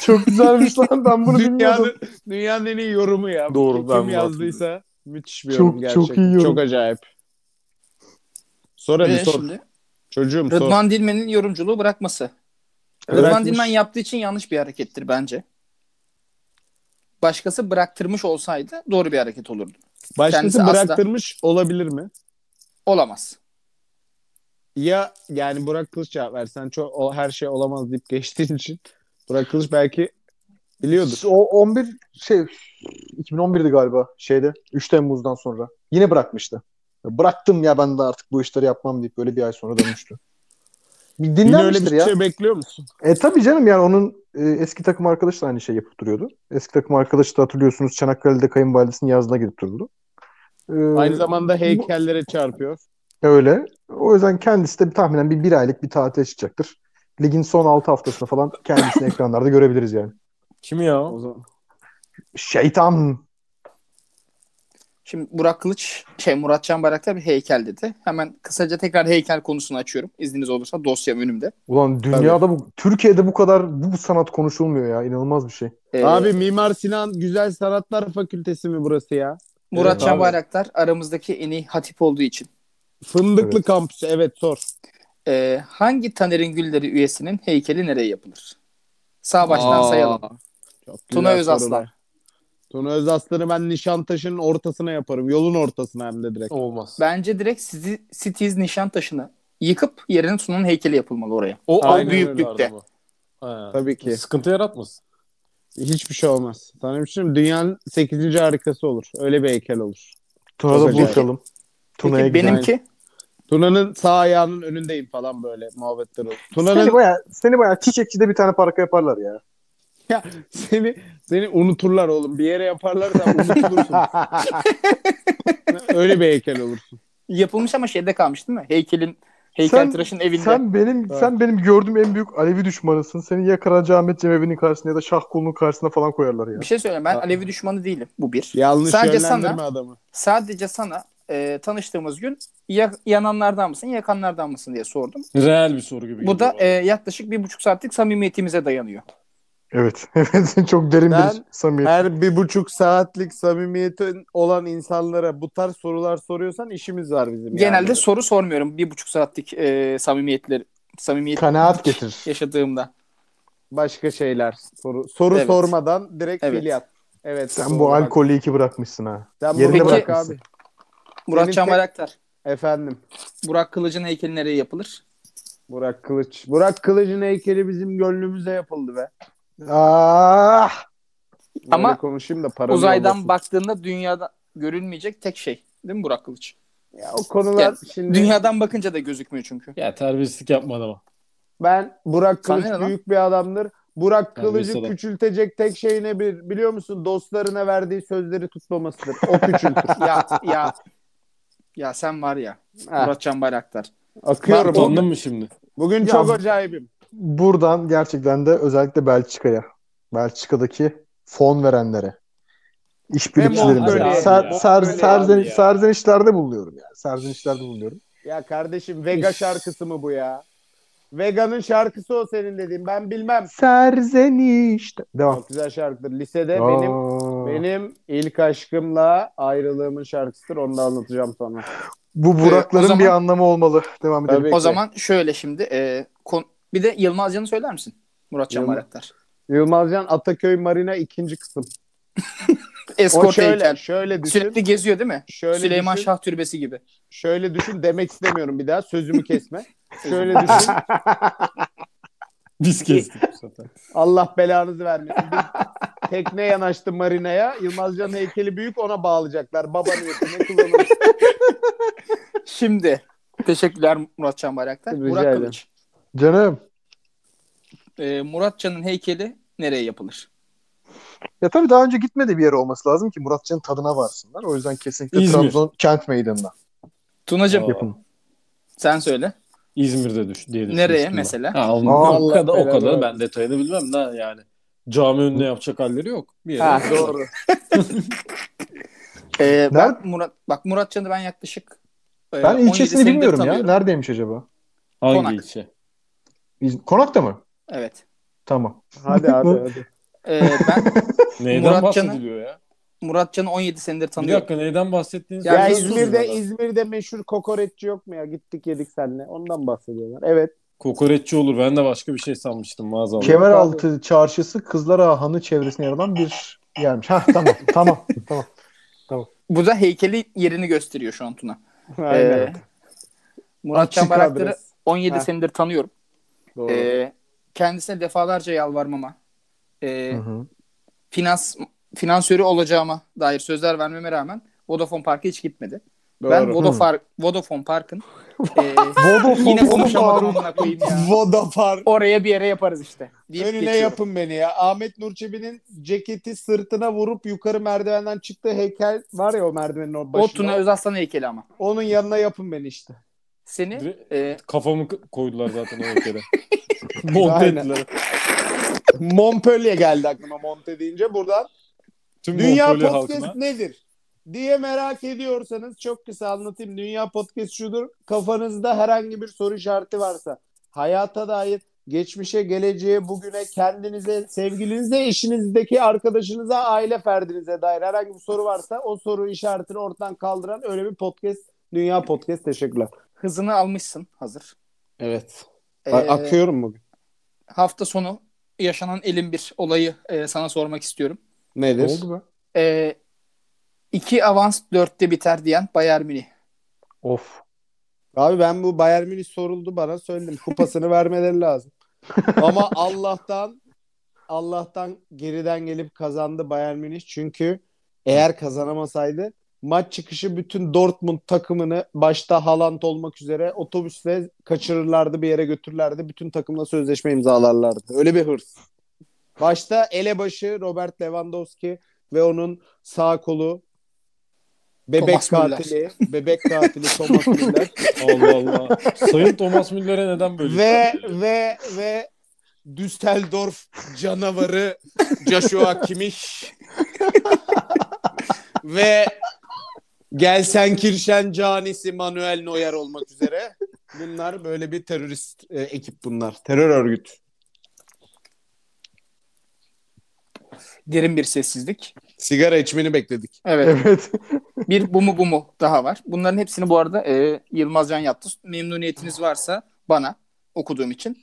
[SPEAKER 1] Çok güzelmiş lan ben bunu bilmiyordum.
[SPEAKER 2] dünyanın, dünyanın en iyi yorumu ya.
[SPEAKER 3] Doğru, ben
[SPEAKER 2] Kim
[SPEAKER 3] bunu
[SPEAKER 2] yazdıysa müthiş bir
[SPEAKER 1] Çok-
[SPEAKER 2] yorum gerçekten.
[SPEAKER 1] çok iyi yorum.
[SPEAKER 2] Çok acayip. Sor hadi
[SPEAKER 4] Ee,
[SPEAKER 2] sor.
[SPEAKER 4] şimdi
[SPEAKER 2] Çocuğum sor.
[SPEAKER 4] Rıdvan Dilmen'in yorumculuğu bırakması. Rıdvan
[SPEAKER 2] Bırakmış.
[SPEAKER 4] Dilmen yaptığı için yanlış bir harekettir bence. Başkası bıraktırmış olsaydı doğru bir hareket olurdu. kendisi
[SPEAKER 2] Başkası
[SPEAKER 4] asla-
[SPEAKER 2] bıraktırmış olabilir mi?
[SPEAKER 4] Olamaz.
[SPEAKER 2] Ya yani Burak Kılıç cevap versen çok o, her şey olamaz deyip geçtiğin için Burak Kılıç belki biliyordur.
[SPEAKER 1] O 11 şey 2011'di galiba şeyde 3 Temmuz'dan sonra. Yine bırakmıştı. Bıraktım ya ben de artık bu işleri yapmam deyip böyle bir ay sonra dönmüştü. Bir
[SPEAKER 2] Yine öyle
[SPEAKER 1] dinlenmiştir
[SPEAKER 2] bir
[SPEAKER 1] ya.
[SPEAKER 2] şey bekliyor musun?
[SPEAKER 1] E tabii canım yani onun e, eski takım arkadaşı da aynı şey yapıp duruyordu. Eski takım arkadaşı da hatırlıyorsunuz Çanakkale'de kayınvalidesinin yazına gidip durdu. E,
[SPEAKER 2] Aynı zamanda heykellere çarpıyor.
[SPEAKER 1] Öyle. O yüzden kendisi de bir- tahminen bir, bir aylık bir tatile çıkacaktır. Ligin son 6 haftasını falan kendisini ekranlarda görebiliriz yani.
[SPEAKER 3] Kim ya?
[SPEAKER 2] O zaman.
[SPEAKER 1] Şeytan.
[SPEAKER 4] Şimdi Burak Kılıç, şey Murat Can Bayraktar bir heykel dedi. Hemen kısaca tekrar heykel konusunu açıyorum. İzniniz olursa dosyam önümde.
[SPEAKER 1] Ulan dünyada bu Türkiye'de bu kadar bu, bu sanat konuşulmuyor ya. inanılmaz bir şey.
[SPEAKER 4] Ee,
[SPEAKER 2] Abi Mimar Sinan Güzel Sanatlar Fakültesi mi burası ya?
[SPEAKER 4] Murat
[SPEAKER 3] Evet,
[SPEAKER 4] Can
[SPEAKER 3] abi.
[SPEAKER 4] Bayraktar aramızdaki en iyi hatip olduğu için.
[SPEAKER 2] Fındıklı
[SPEAKER 1] Evet.
[SPEAKER 2] kampüsü evet sor.
[SPEAKER 4] Ee, hangi Taner'in Gülleri üyesinin heykeli nereye yapılır? Sağ baştan
[SPEAKER 2] Aa,
[SPEAKER 4] sayalım.
[SPEAKER 2] çok
[SPEAKER 4] Tuna
[SPEAKER 2] güzel
[SPEAKER 4] Özaslan.
[SPEAKER 2] sorular. Tuna Özaslan'ı ben Nişantaşı'nın ortasına yaparım. Yolun ortasına hem de direkt.
[SPEAKER 3] Olmaz.
[SPEAKER 4] Bence direkt sizi Cities Nişantaşı'nı yıkıp yerine Tuna'nın heykeli yapılmalı oraya.
[SPEAKER 3] O
[SPEAKER 2] Aynen
[SPEAKER 3] aynı
[SPEAKER 2] öyle
[SPEAKER 4] büyüklükte.
[SPEAKER 3] araba. Ha.
[SPEAKER 2] Tabii ki.
[SPEAKER 3] Sıkıntı yaratmasın.
[SPEAKER 2] Hiçbir şey olmaz. Sana bir şey söyleyeyim mi? dünyanın 8. harikası olur. Öyle bir heykel olur.
[SPEAKER 1] Tuna'da
[SPEAKER 2] Peki-
[SPEAKER 1] buluşalım. Tuna'ya
[SPEAKER 4] Peki
[SPEAKER 1] gidelim.
[SPEAKER 4] benimki
[SPEAKER 2] Tuna'nın sağ ayağının önündeyim falan böyle muhabbetler olur.
[SPEAKER 1] Seni
[SPEAKER 2] Tuna'nın
[SPEAKER 1] baya, seni baya çiçekçide bir tane parka yaparlar ya.
[SPEAKER 2] seni seni unuturlar oğlum. Bir yere yaparlar da unutulursun. Öyle bir heykel olursun.
[SPEAKER 4] yapılmış ama şeyde kalmış değil mi? Heykelin
[SPEAKER 1] Sen-
[SPEAKER 4] heykeltıraşın evinde.
[SPEAKER 1] Sen benim
[SPEAKER 2] Evet.
[SPEAKER 1] sen benim gördüğüm en büyük Alevi düşmanısın. Seni ya Karaca Ahmet Cemevi'nin karşısına ya da Şah Kolu'nun karşısına falan koyarlar ya.
[SPEAKER 4] Bir şey söyleyeyim ben
[SPEAKER 2] Aa.
[SPEAKER 4] Alevi düşmanı değilim. Bu bir.
[SPEAKER 2] Yanlış
[SPEAKER 4] Sadece
[SPEAKER 2] yönlendirme
[SPEAKER 4] sana-
[SPEAKER 2] adamı.
[SPEAKER 4] Sadece sana e, tanıştığımız gün ya, yananlardan mısın yakanlardan mısın diye sordum.
[SPEAKER 3] Reel bir soru gibi.
[SPEAKER 4] Bu
[SPEAKER 3] geliyor
[SPEAKER 4] da
[SPEAKER 3] bana.
[SPEAKER 4] e, yaklaşık bir buçuk saatlik samimiyetimize dayanıyor.
[SPEAKER 1] Evet. Evet. Çok derin bir
[SPEAKER 2] Ben-
[SPEAKER 1] samimiyet.
[SPEAKER 2] Her bir buçuk saatlik samimiyetin olan insanlara bu tarz sorular soruyorsan işimiz var bizim. yani.
[SPEAKER 4] Genelde soru sormuyorum bir buçuk saatlik e, samimiyetler samimiyet
[SPEAKER 1] Kanaat getirir.
[SPEAKER 4] yaşadığımda.
[SPEAKER 2] başka şeyler soru soru
[SPEAKER 4] Evet.
[SPEAKER 2] sormadan direkt
[SPEAKER 4] Evet.
[SPEAKER 2] fiiliyat. Evet.
[SPEAKER 1] Sen
[SPEAKER 2] doğru
[SPEAKER 1] bu
[SPEAKER 2] bak.
[SPEAKER 1] alkolü iki bırakmışsın ha.
[SPEAKER 2] Sen bunu
[SPEAKER 1] yerine
[SPEAKER 2] bırak
[SPEAKER 1] bırakmışsın.
[SPEAKER 2] abi.
[SPEAKER 4] Murat
[SPEAKER 2] Senin
[SPEAKER 4] Can
[SPEAKER 2] tek-
[SPEAKER 4] Bayraktar.
[SPEAKER 2] Efendim.
[SPEAKER 4] Burak Kılıç'ın heykeli nereye yapılır?
[SPEAKER 2] Burak Kılıç. Burak Kılıç'ın heykeli bizim gönlümüze yapıldı be.
[SPEAKER 1] Ah!
[SPEAKER 2] Böyle
[SPEAKER 4] Ama
[SPEAKER 2] konuşayım da paranı
[SPEAKER 4] Uzaydan
[SPEAKER 2] yollasın.
[SPEAKER 4] baktığında dünyada görünmeyecek tek şey. Değil mi Burak Kılıç?
[SPEAKER 2] Ya o konular
[SPEAKER 4] Yani
[SPEAKER 2] şimdi
[SPEAKER 4] Dünyadan bakınca da gözükmüyor çünkü.
[SPEAKER 3] Ya terbiyesizlik yapma adama.
[SPEAKER 2] ben Burak
[SPEAKER 4] Sana
[SPEAKER 2] Kılıç
[SPEAKER 4] ne lan?
[SPEAKER 2] büyük bir adamdır. Burak
[SPEAKER 3] Terbiyesiz
[SPEAKER 2] Kılıç'ı
[SPEAKER 3] adam.
[SPEAKER 2] küçültecek tek şey ne bir biliyor musun? Dostlarına verdiği sözleri tutmamasıdır. O küçültür.
[SPEAKER 4] ya ya ya sen var ya
[SPEAKER 2] Ha,
[SPEAKER 4] Murat Can Bayraktar.
[SPEAKER 2] akıyorum.
[SPEAKER 4] Ben-
[SPEAKER 2] Bugün,
[SPEAKER 3] Utandın mı şimdi?
[SPEAKER 2] bugün
[SPEAKER 1] Ya-
[SPEAKER 2] çok acayibim.
[SPEAKER 1] Buradan gerçekten de özellikle Belçika'ya, Belçika'daki fon verenlere,
[SPEAKER 2] Ve
[SPEAKER 1] işbirlikçilerimize,
[SPEAKER 2] Mongolia'ya
[SPEAKER 1] ser,
[SPEAKER 3] ya.
[SPEAKER 1] ser, serzen,
[SPEAKER 2] Mongolia'ya.
[SPEAKER 1] serzenişlerde bulunuyorum yani. Serzenişlerde bulunuyorum.
[SPEAKER 2] Ya kardeşim Vega şarkısı mı bu ya? Vega'nın şarkısı o senin dediğin. Ben bilmem.
[SPEAKER 1] Serzeniş. Devam.
[SPEAKER 2] Çok güzel şarkıdır. Lisede
[SPEAKER 1] Aa.
[SPEAKER 2] benim benim ilk aşkımla ayrılığımın şarkısıdır. Onu da anlatacağım sana.
[SPEAKER 1] Bu Burakların
[SPEAKER 4] Ee, o zaman-
[SPEAKER 1] bir anlamı olmalı. Devam edelim.
[SPEAKER 2] Tabii
[SPEAKER 4] O
[SPEAKER 2] ki.
[SPEAKER 4] zaman şöyle şimdi e, kon- Bir de Yılmazcan'ı söyler misin? Murat Can
[SPEAKER 2] Yılmaz-
[SPEAKER 4] Bayraktar.
[SPEAKER 2] Yılmazcan Ataköy Marina ikinci kısım. O
[SPEAKER 4] Eskort
[SPEAKER 2] şöyle,
[SPEAKER 4] eğitim.
[SPEAKER 2] şöyle düşün.
[SPEAKER 4] Sürekli geziyor değil mi?
[SPEAKER 2] şöyle
[SPEAKER 4] Süleyman
[SPEAKER 2] düşün,
[SPEAKER 4] Şah Türbesi gibi.
[SPEAKER 2] Şöyle düşün demek istemiyorum bir daha sözümü kesme. şöyle düşün.
[SPEAKER 3] Biz kestik bu sefer.
[SPEAKER 2] Allah belanızı vermesin. Bir tekne yanaştı marinaya. Yılmazcan heykeli büyük ona bağlayacaklar. Baba niyetine kullanırsın.
[SPEAKER 4] Şimdi teşekkürler Murat Can Bayraktar.
[SPEAKER 2] Rica
[SPEAKER 4] Murat
[SPEAKER 2] ederim.
[SPEAKER 4] Kılıç.
[SPEAKER 1] Canım.
[SPEAKER 4] Ee, Murat Can'ın heykeli nereye yapılır?
[SPEAKER 1] Ya tabii daha önce gitmedi bir yere olması lazım ki Muratcan'ın tadına varsınlar. O yüzden kesinlikle
[SPEAKER 3] İzmir.
[SPEAKER 1] Trabzon kent meydanına
[SPEAKER 4] Tunacığım
[SPEAKER 3] Aa,
[SPEAKER 1] yapın.
[SPEAKER 4] sen söyle.
[SPEAKER 3] İzmir'de düş diye
[SPEAKER 4] Nereye
[SPEAKER 3] düşünmüştüm ben.
[SPEAKER 4] mesela?
[SPEAKER 3] Ha, onun-
[SPEAKER 1] Aa,
[SPEAKER 3] o kadar, o
[SPEAKER 2] Allah
[SPEAKER 3] kadar
[SPEAKER 2] belanı
[SPEAKER 3] ben detayını bilmem da yani. Cami önüne yapacak halleri yok. Bir yere.
[SPEAKER 4] Ha, doğru. ee, ben
[SPEAKER 1] Nerede?
[SPEAKER 4] Murat bak Murat Can'ı ben yaklaşık e,
[SPEAKER 2] Ee,
[SPEAKER 1] Ben
[SPEAKER 4] 17
[SPEAKER 1] ilçesini
[SPEAKER 4] senedir
[SPEAKER 1] bilmiyorum ya.
[SPEAKER 4] tanıyorum.
[SPEAKER 1] Neredeymiş acaba?
[SPEAKER 3] Hangi
[SPEAKER 4] Konak.
[SPEAKER 3] ilçe?
[SPEAKER 1] İz- Konak'ta mı?
[SPEAKER 4] Evet.
[SPEAKER 1] Tamam.
[SPEAKER 2] Hadi hadi hadi.
[SPEAKER 4] Ee, ben
[SPEAKER 3] Neyden
[SPEAKER 4] Murat Can'ı-
[SPEAKER 3] bahsediliyor ya?
[SPEAKER 4] Murat Can'ı 17 senedir
[SPEAKER 3] Bir
[SPEAKER 4] tanıyorum.
[SPEAKER 3] dakika neyden bahsettiğinizi
[SPEAKER 2] Ya,
[SPEAKER 4] Ya biz-
[SPEAKER 2] İzmir'de İzmir'de meşhur kokoreççi yok mu ya? Gittik yedik seninle. Ondan bahsediyorlar. Evet.
[SPEAKER 3] Kokoreççi olur. Ben de başka bir şey sanmıştım maazallah.
[SPEAKER 1] Kemeraltı Çarşısı Kızlar Ağa Hanı çevresine yer alan bir yermiş. Ha tamam tamam tamam.
[SPEAKER 4] Bu da heykeli yerini gösteriyor şu an Tuna. Ee,
[SPEAKER 2] Aynen.
[SPEAKER 4] Murat Can
[SPEAKER 2] Açık
[SPEAKER 4] Bayraktar'ı
[SPEAKER 2] adres.
[SPEAKER 4] 17
[SPEAKER 2] Ha.
[SPEAKER 4] senedir tanıyorum.
[SPEAKER 2] Doğru.
[SPEAKER 4] Ee, kendisine defalarca yalvarmama, e,
[SPEAKER 1] Hı hı.
[SPEAKER 4] finans finansörü olacağıma dair sözler vermeme rağmen Vodafone Park'a hiç gitmedi.
[SPEAKER 2] Doğru.
[SPEAKER 4] Ben Vodafar, Vodafone Park'ın e,
[SPEAKER 1] Vodafone
[SPEAKER 4] yine
[SPEAKER 1] Park.
[SPEAKER 4] konuşamadım amına koyayım ya.
[SPEAKER 2] Vodafar.
[SPEAKER 4] Oraya bir yere yaparız işte. deyip
[SPEAKER 2] Önüne
[SPEAKER 4] geçiyorum.
[SPEAKER 2] yapın beni ya. Ahmet Nurçebi'nin ceketi sırtına vurup yukarı merdivenden çıktığı heykel var ya o merdivenin o
[SPEAKER 4] O
[SPEAKER 2] başında.
[SPEAKER 4] Tuna Özaslan heykeli ama.
[SPEAKER 2] Onun yanına yapın beni işte.
[SPEAKER 4] Seni
[SPEAKER 3] Dire-
[SPEAKER 4] e,
[SPEAKER 3] Kafamı k- koydular zaten o kere. Monte
[SPEAKER 2] Aynen.
[SPEAKER 3] ettiler.
[SPEAKER 2] Montpellier geldi aklıma Monte deyince buradan.
[SPEAKER 3] Tüm
[SPEAKER 2] Dünya
[SPEAKER 3] Montpellier
[SPEAKER 2] Podcast
[SPEAKER 3] halkına.
[SPEAKER 2] nedir? diye merak ediyorsanız çok kısa anlatayım. Dünya Podcast şudur. Kafanızda herhangi bir soru işareti varsa hayata dair geçmişe, geleceğe, bugüne, kendinize, sevgilinize, eşinizdeki arkadaşınıza, aile ferdinize dair herhangi bir soru varsa o soru işaretini ortadan kaldıran öyle bir podcast. Dünya Podcast teşekkürler.
[SPEAKER 4] hızını almışsın hazır.
[SPEAKER 2] Evet.
[SPEAKER 4] E,
[SPEAKER 2] Akıyorum bugün.
[SPEAKER 4] hafta sonu yaşanan elin bir olayı e, sana sormak istiyorum.
[SPEAKER 2] Nedir?
[SPEAKER 1] be?
[SPEAKER 4] E, iki avans dörtte biter diyen Bayern Münih.
[SPEAKER 1] Of.
[SPEAKER 2] Abi ben bu Bayern Münih soruldu bana söyledim. Kupasını vermeleri lazım. Ama Allah'tan Allah'tan geriden gelip kazandı Bayern Münih. Çünkü eğer kazanamasaydı maç çıkışı bütün Dortmund takımını başta Haaland olmak üzere otobüsle kaçırırlardı bir yere götürürlerdi. Bütün takımla sözleşme imzalarlardı. Öyle bir hırs. Başta elebaşı Robert Lewandowski ve onun sağ kolu bebek
[SPEAKER 4] Thomas Müller.
[SPEAKER 2] katili, bebek katili Thomas Müller.
[SPEAKER 3] Allah Allah. Sayın Thomas Müller'e neden böyle?
[SPEAKER 2] ve ve ve Düsseldorf canavarı Joshua Kimmich ve Gelsen Kirşen canisi Manuel Neuer olmak üzere bunlar böyle bir terörist e, ekip bunlar. Terör örgütü.
[SPEAKER 4] Derin bir sessizlik.
[SPEAKER 2] Sigara içmeni bekledik.
[SPEAKER 4] Evet.
[SPEAKER 1] Evet.
[SPEAKER 4] Bir bu mu bu mu daha var. Bunların hepsini bu arada e, Yılmaz Can yaptı. Memnuniyetiniz varsa bana okuduğum için.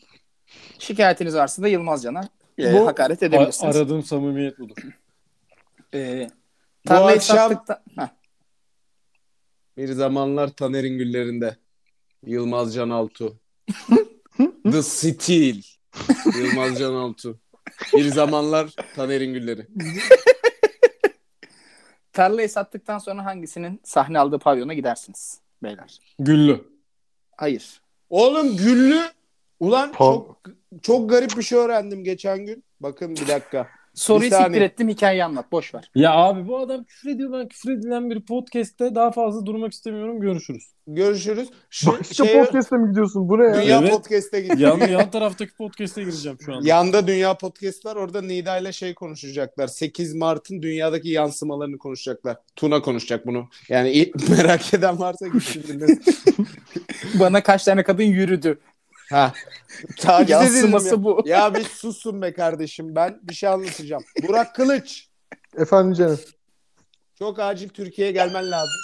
[SPEAKER 4] Şikayetiniz varsa da Yılmaz Can'a e,
[SPEAKER 2] Bu-
[SPEAKER 4] hakaret
[SPEAKER 3] A-
[SPEAKER 4] edebilirsiniz.
[SPEAKER 3] aradığım samimiyet budur.
[SPEAKER 4] E,
[SPEAKER 2] Bu
[SPEAKER 4] tarlayı
[SPEAKER 2] akşam-
[SPEAKER 4] sattıktan- Heh.
[SPEAKER 2] Bir zamanlar Taner'in güllerinde Yılmaz Can Altu. The Steel. Yılmaz Can Altu. Bir zamanlar Taner'in gülleri.
[SPEAKER 4] Tarlayı sattıktan sonra hangisinin sahne aldığı pavyona gidersiniz beyler?
[SPEAKER 3] Güllü.
[SPEAKER 4] Hayır.
[SPEAKER 2] Oğlum güllü. Ulan
[SPEAKER 1] Pa-
[SPEAKER 2] çok çok garip bir şey öğrendim geçen gün. Bakın bir dakika.
[SPEAKER 4] Soruyu
[SPEAKER 2] Bir saniye.
[SPEAKER 4] siktir ettim hikayeyi anlat boş ver.
[SPEAKER 3] Ya abi bu adam küfür ediyor. Ben küfür edilen bir podcast'te daha fazla durmak istemiyorum. Görüşürüz.
[SPEAKER 2] Görüşürüz. Şu
[SPEAKER 1] Bak işte
[SPEAKER 2] şeye-
[SPEAKER 1] podcast'e mi gidiyorsun? Bu ne ya?
[SPEAKER 2] Dünya
[SPEAKER 3] Evet.
[SPEAKER 2] Podcast'e gittik.
[SPEAKER 3] Yan, yan taraftaki podcast'e gireceğim şu anda.
[SPEAKER 2] Yanda Dünya Podcast var. Orada Nida ile şey konuşacaklar. 8 Mart'ın dünyadaki yansımalarını konuşacaklar. Tuna konuşacak bunu. Yani i- merak eden varsa gitsin dinlesin.
[SPEAKER 4] Bana kaç tane kadın yürüdü.
[SPEAKER 2] ha. Taciz edildim
[SPEAKER 4] Yansıması bu.
[SPEAKER 2] ya. ya bir susun be kardeşim. Ben bir şey anlatacağım. Burak Kılıç.
[SPEAKER 1] Efendim canım.
[SPEAKER 2] Çok acil Türkiye'ye gelmen lazım.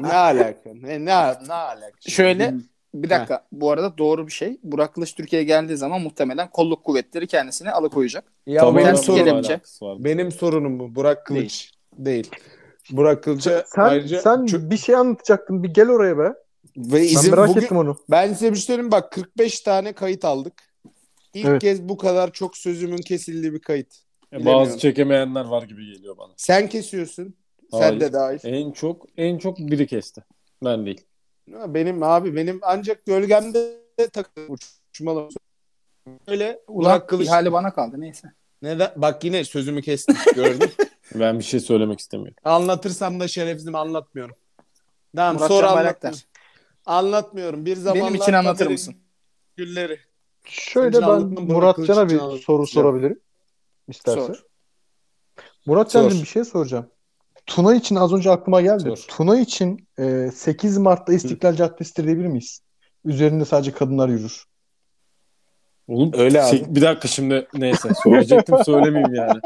[SPEAKER 2] ne alaka? Ne, ne, ne alaka?
[SPEAKER 4] Şöyle Bir dakika. Bu arada doğru bir şey. Burak Kılıç Türkiye'ye geldiği zaman muhtemelen kolluk kuvvetleri kendisine alıkoyacak.
[SPEAKER 2] Ya
[SPEAKER 4] Tamam.
[SPEAKER 2] benim
[SPEAKER 4] Ters
[SPEAKER 2] sorunum.
[SPEAKER 4] kelepçe.
[SPEAKER 2] Benim sorunum bu. Burak Kılıç değil. Burak Kılıç'a
[SPEAKER 1] Sen,
[SPEAKER 2] ayrıca
[SPEAKER 1] sen
[SPEAKER 2] Çö-
[SPEAKER 1] bir şey anlatacaktın. Bir gel oraya be.
[SPEAKER 2] ve
[SPEAKER 1] Ben
[SPEAKER 2] izin
[SPEAKER 1] merak
[SPEAKER 2] bugün
[SPEAKER 1] ettim onu.
[SPEAKER 2] ben size bir şey söyleyeyim mi? bak 45 tane kayıt aldık. İlk
[SPEAKER 1] Evet.
[SPEAKER 2] kez bu kadar çok sözümün kesildiği bir kayıt. Bilemiyorum.
[SPEAKER 3] E, Bazı çekemeyenler var gibi geliyor bana.
[SPEAKER 2] Sen kesiyorsun. Sen
[SPEAKER 3] Hayır.
[SPEAKER 2] de dahil.
[SPEAKER 3] En çok en çok biri kesti. Ben değil.
[SPEAKER 2] Benim abi benim ancak gölgemde takıp uçmalı. Öyle
[SPEAKER 4] Ulan
[SPEAKER 2] Burak Kılıç.
[SPEAKER 4] ihale bana kaldı neyse.
[SPEAKER 2] Neden? Bak yine sözümü kestim gördün.
[SPEAKER 3] Ben bir şey söylemek istemiyorum.
[SPEAKER 2] Anlatırsam da şerefsizim anlatmıyorum. Tamam
[SPEAKER 4] Murat
[SPEAKER 2] sonra
[SPEAKER 4] Can
[SPEAKER 2] anlatmıyorum.
[SPEAKER 4] Bayraktar.
[SPEAKER 2] Anlatmıyorum. Bir zamanlar
[SPEAKER 4] Benim için anlatır
[SPEAKER 2] kaderin
[SPEAKER 4] mısın?
[SPEAKER 2] Gülleri.
[SPEAKER 1] Şöyle
[SPEAKER 2] Senin
[SPEAKER 1] ben
[SPEAKER 2] aldığın Burak
[SPEAKER 1] Muratcan'a bir
[SPEAKER 2] Kılıç'ın aldığı-
[SPEAKER 1] soru sorabilirim. İsterse.
[SPEAKER 4] Sor.
[SPEAKER 1] Muratcan'cığım
[SPEAKER 2] Sor.
[SPEAKER 1] bir şey soracağım. Tuna için az önce aklıma geldi.
[SPEAKER 3] Sor.
[SPEAKER 1] Tuna için e, 8 Mart'ta İstiklal Caddesi diyebilir miyiz? Üzerinde sadece kadınlar yürür.
[SPEAKER 3] Oğlum
[SPEAKER 2] Öyle abi.
[SPEAKER 3] sek- bir dakika şimdi neyse söyleyecektim söylemeyeyim yani.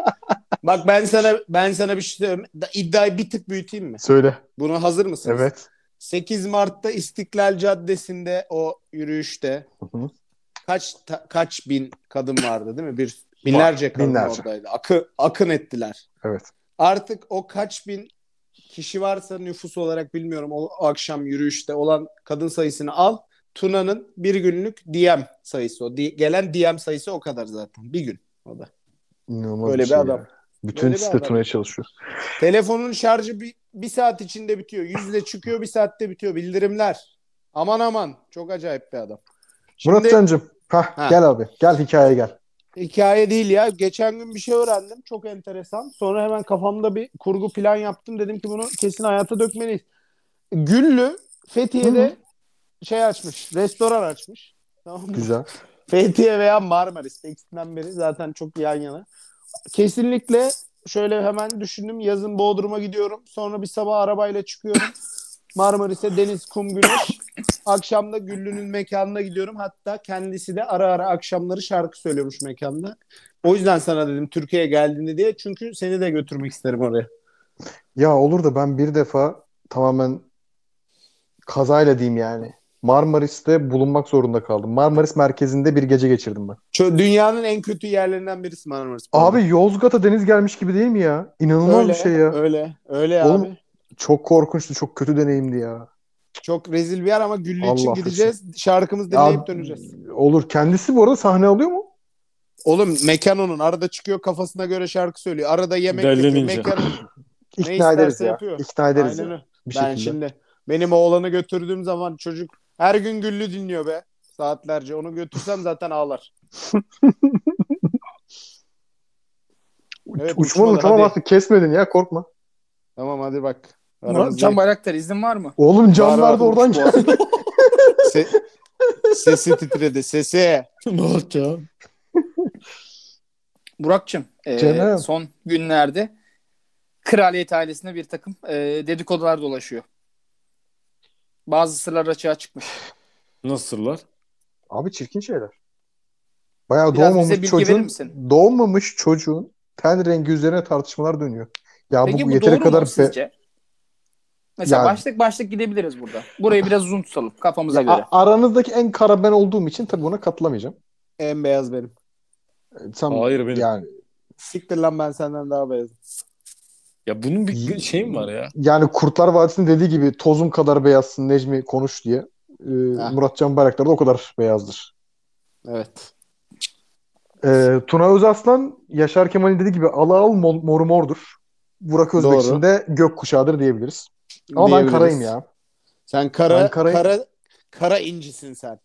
[SPEAKER 2] Bak ben sana ben sana bir şey söyleyeyim. Da- İddiayı bir tık büyüteyim mi?
[SPEAKER 1] Söyle.
[SPEAKER 2] Buna hazır mısınız?
[SPEAKER 1] Evet.
[SPEAKER 2] 8 Mart'ta İstiklal Caddesi'nde o yürüyüşte
[SPEAKER 1] Hı hı.
[SPEAKER 2] kaç ta- kaç bin kadın vardı değil mi? Bir binlerce kadın
[SPEAKER 1] binlerce.
[SPEAKER 2] oradaydı. Akı, akın ettiler.
[SPEAKER 1] Evet.
[SPEAKER 2] Artık o kaç bin kişi varsa nüfus olarak bilmiyorum o akşam yürüyüşte olan kadın sayısını al. Tuna'nın bir günlük DM sayısı o. Di- gelen DM sayısı o kadar zaten. Bir gün o da.
[SPEAKER 1] İnanılmaz
[SPEAKER 2] Böyle
[SPEAKER 1] şey
[SPEAKER 2] bir adam.
[SPEAKER 1] ya. Bütün
[SPEAKER 2] Böyle bir
[SPEAKER 1] site
[SPEAKER 2] adam.
[SPEAKER 1] Tuna'ya çalışıyor.
[SPEAKER 2] Telefonun şarjı bir, bir saat içinde bitiyor. Yüzle çıkıyor bir saatte bitiyor. Bildirimler. Aman aman. Çok acayip bir adam. Şimdi
[SPEAKER 1] Muratcan'cığım. Hah,
[SPEAKER 2] Ha.
[SPEAKER 1] Gel abi. Gel hikayeye gel.
[SPEAKER 2] hikaye değil ya. Geçen gün bir şey öğrendim. Çok enteresan. Sonra hemen kafamda bir kurgu plan yaptım. Dedim ki bunu kesin hayata dökmeliyiz. Güllü Fethiye'de şey açmış. Restoran açmış. Tamam mı?
[SPEAKER 1] Güzel.
[SPEAKER 2] Fethiye veya Marmaris ikisinden biri zaten çok yan yana. Kesinlikle şöyle hemen düşündüm yazın Bodrum'a gidiyorum. Sonra bir sabah arabayla çıkıyorum. Marmaris'e deniz, kum, güneş. Akşamda Güllü'nün mekanına gidiyorum. Hatta kendisi de ara ara akşamları şarkı söylüyormuş mekanda. O yüzden sana dedim Türkiye'ye geldiğinde diye. Çünkü seni de götürmek isterim oraya.
[SPEAKER 1] Ya olur da ben bir defa tamamen kazayla diyeyim yani. Marmaris'te bulunmak zorunda kaldım. Marmaris merkezinde bir gece geçirdim ben.
[SPEAKER 2] Çö- dünyanın en kötü yerlerinden birisi Marmaris.
[SPEAKER 1] Abi Yozgat'a deniz gelmiş gibi değil mi ya? İnanılmaz
[SPEAKER 2] öyle,
[SPEAKER 1] bir şey ya.
[SPEAKER 2] Öyle, öyle
[SPEAKER 1] Oğlum,
[SPEAKER 2] abi.
[SPEAKER 1] Çok korkunçtu, çok kötü deneyimdi ya.
[SPEAKER 2] Çok rezil bir yer ama Güllü için
[SPEAKER 1] Allah
[SPEAKER 2] gideceğiz. Şarkımızı
[SPEAKER 1] Ya,
[SPEAKER 2] dinleyip döneceğiz.
[SPEAKER 1] Olur. Kendisi bu arada sahne alıyor mu?
[SPEAKER 2] Oğlum mekan onun. Arada çıkıyor kafasına göre şarkı söylüyor. Arada yemek yapıyor.
[SPEAKER 3] Delinince.
[SPEAKER 2] Mekan onun.
[SPEAKER 1] İkna
[SPEAKER 2] isterse
[SPEAKER 1] ederiz ya.
[SPEAKER 2] yapıyor.
[SPEAKER 1] İkna ederiz
[SPEAKER 2] Aynen
[SPEAKER 1] ya.
[SPEAKER 2] öyle.
[SPEAKER 1] bir
[SPEAKER 2] Ben
[SPEAKER 1] şekilde.
[SPEAKER 2] şimdi benim oğlanı götürdüğüm zaman çocuk her gün güllü dinliyor be. Saatlerce. Onu götürsem zaten ağlar. Evet,
[SPEAKER 1] Uçmalı
[SPEAKER 2] uçmalı,
[SPEAKER 1] tamam
[SPEAKER 2] hadi.
[SPEAKER 1] artık kesmedin ya korkma.
[SPEAKER 2] Tamam hadi bak.
[SPEAKER 4] Murat Can Bayraktar izin var mı?
[SPEAKER 1] Oğlum can
[SPEAKER 2] Var
[SPEAKER 1] vardı
[SPEAKER 2] abi,
[SPEAKER 1] oradan
[SPEAKER 2] bu
[SPEAKER 1] gel.
[SPEAKER 2] Se- sesi titredi. Sesi.
[SPEAKER 3] ne olacak?
[SPEAKER 4] Burak'cığım e,
[SPEAKER 1] Canım.
[SPEAKER 4] son günlerde kraliyet ailesinde bir takım e, dedikodular dolaşıyor. Bazı sırlar açığa çıkmış.
[SPEAKER 3] Nasırlar?
[SPEAKER 1] Abi çirkin şeyler. Bayağı
[SPEAKER 4] Biraz bize
[SPEAKER 1] doğmamış
[SPEAKER 4] bilgi verir
[SPEAKER 1] çocuğun
[SPEAKER 4] misin?
[SPEAKER 1] doğmamış çocuğun ten rengi üzerine tartışmalar dönüyor. Ya
[SPEAKER 4] Peki
[SPEAKER 1] bu
[SPEAKER 4] bu
[SPEAKER 1] yeteri
[SPEAKER 4] doğru
[SPEAKER 1] kadar
[SPEAKER 4] mu
[SPEAKER 1] be-
[SPEAKER 4] sizce? Mesela
[SPEAKER 1] Yani-
[SPEAKER 4] başlık başlık gidebiliriz burada. Burayı biraz uzun tutalım kafamıza göre.
[SPEAKER 1] A- aranızdaki en kara ben olduğum için tabii buna katılamayacağım.
[SPEAKER 2] En beyaz benim.
[SPEAKER 1] Ee, Sen
[SPEAKER 3] Hayır benim.
[SPEAKER 1] yani
[SPEAKER 2] Siktir lan ben senden daha beyazım.
[SPEAKER 3] Ya bunun bir bir şey mi var ya?
[SPEAKER 1] yani Kurtlar Vadisi'nin dediği gibi tozun kadar beyazsın Necmi konuş diye. Ee,
[SPEAKER 2] Ha.
[SPEAKER 1] Muratcan Bayraktar da o kadar beyazdır.
[SPEAKER 2] Evet.
[SPEAKER 1] Ee, Tuna Özaslan Yaşar Kemal'in dediği gibi ala al mor- moru mordur. Burak Özbek
[SPEAKER 2] Doğru.
[SPEAKER 1] için de gökkuşağıdır diyebiliriz. Ama
[SPEAKER 2] Diyebiliriz.
[SPEAKER 1] ben karayım ya.
[SPEAKER 2] Sen kara
[SPEAKER 1] Ben karayım.
[SPEAKER 2] kara kara incisin sen.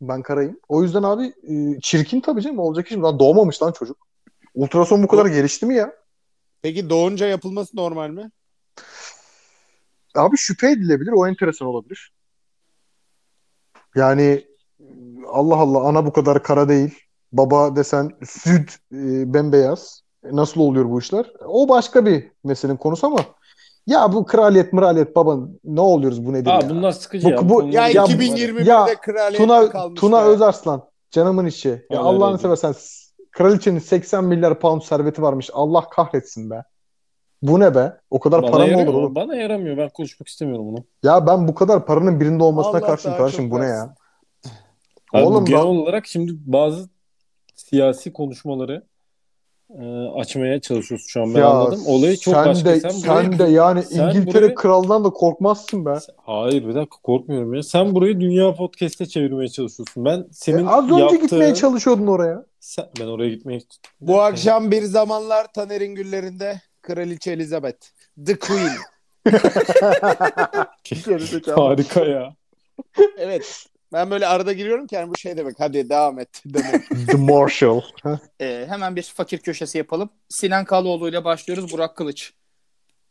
[SPEAKER 1] Ben karayım. O yüzden abi e, çirkin tabii canım. Olacak iş mi? Lan doğmamış lan çocuk. Ultrason bu kadar gelişti mi ya?
[SPEAKER 2] Peki doğunca yapılması normal mi?
[SPEAKER 1] Abi şüphe edilebilir. O enteresan olabilir. Yani Allah Allah ana bu kadar kara değil. Baba desen süt e, bembeyaz. E, Nasıl oluyor bu işler? O başka bir meselenin konusu ama ya bu kraliyet mıraliyet baba ne oluyoruz bu nedir
[SPEAKER 3] Aa
[SPEAKER 1] ya?
[SPEAKER 3] bunlar sıkıcı
[SPEAKER 1] Bu-
[SPEAKER 3] ya.
[SPEAKER 1] bu-
[SPEAKER 3] Konular-
[SPEAKER 2] Ya,
[SPEAKER 1] Ya bu-
[SPEAKER 2] 2021'de
[SPEAKER 1] ya,
[SPEAKER 2] kraliyet
[SPEAKER 1] Tuna,
[SPEAKER 2] kalmış.
[SPEAKER 1] Tuna
[SPEAKER 2] ya.
[SPEAKER 1] Özarslan canımın içi. Ya
[SPEAKER 3] Öyle
[SPEAKER 1] Allah'ını
[SPEAKER 3] değil.
[SPEAKER 1] seversen s- kraliçenin 80 milyar pound serveti varmış. Allah kahretsin be. Bu ne be? O kadar
[SPEAKER 3] Bana
[SPEAKER 1] para mı
[SPEAKER 3] yaramıyor,
[SPEAKER 1] olur oğlum?
[SPEAKER 3] Bana yaramıyor. Ben konuşmak istemiyorum bunu.
[SPEAKER 1] Ya ben bu kadar paranın birinde olmasına
[SPEAKER 2] Allah
[SPEAKER 1] karşıyım
[SPEAKER 2] daha
[SPEAKER 1] kardeşim.
[SPEAKER 2] çok
[SPEAKER 1] Bu ne
[SPEAKER 2] versin.
[SPEAKER 1] ya?
[SPEAKER 3] Abi
[SPEAKER 1] Oğlum
[SPEAKER 3] bu genel
[SPEAKER 1] ben-
[SPEAKER 3] olarak şimdi bazı siyasi konuşmaları e, açmaya çalışıyorsun şu an ben
[SPEAKER 1] Ya
[SPEAKER 3] anladım. Olayı çok
[SPEAKER 1] sen
[SPEAKER 3] başka.
[SPEAKER 1] De,
[SPEAKER 3] sen burayı-
[SPEAKER 1] sen de yani
[SPEAKER 3] sen
[SPEAKER 1] İngiltere
[SPEAKER 3] burayı-
[SPEAKER 1] kralından da korkmazsın be. E,
[SPEAKER 3] Hayır bir dakika korkmuyorum ya. Sen burayı dünya podcast'e çevirmeye çalışıyorsun. Ben senin
[SPEAKER 1] E, az önce
[SPEAKER 3] yaptığın...
[SPEAKER 1] gitmeye çalışıyordun oraya.
[SPEAKER 3] Sen- Ben oraya gitmeye...
[SPEAKER 2] Bu akşam bir zamanlar Taner'in güllerinde Kraliçe Elizabeth. The Queen.
[SPEAKER 3] Harika ya.
[SPEAKER 2] evet. Ben böyle arada giriyorum ki yani bu şey demek. Hadi devam et demek.
[SPEAKER 1] The Marshal.
[SPEAKER 4] Ee, hemen bir fakir köşesi yapalım. Sinan Kaloğlu ile başlıyoruz. Burak Kılıç.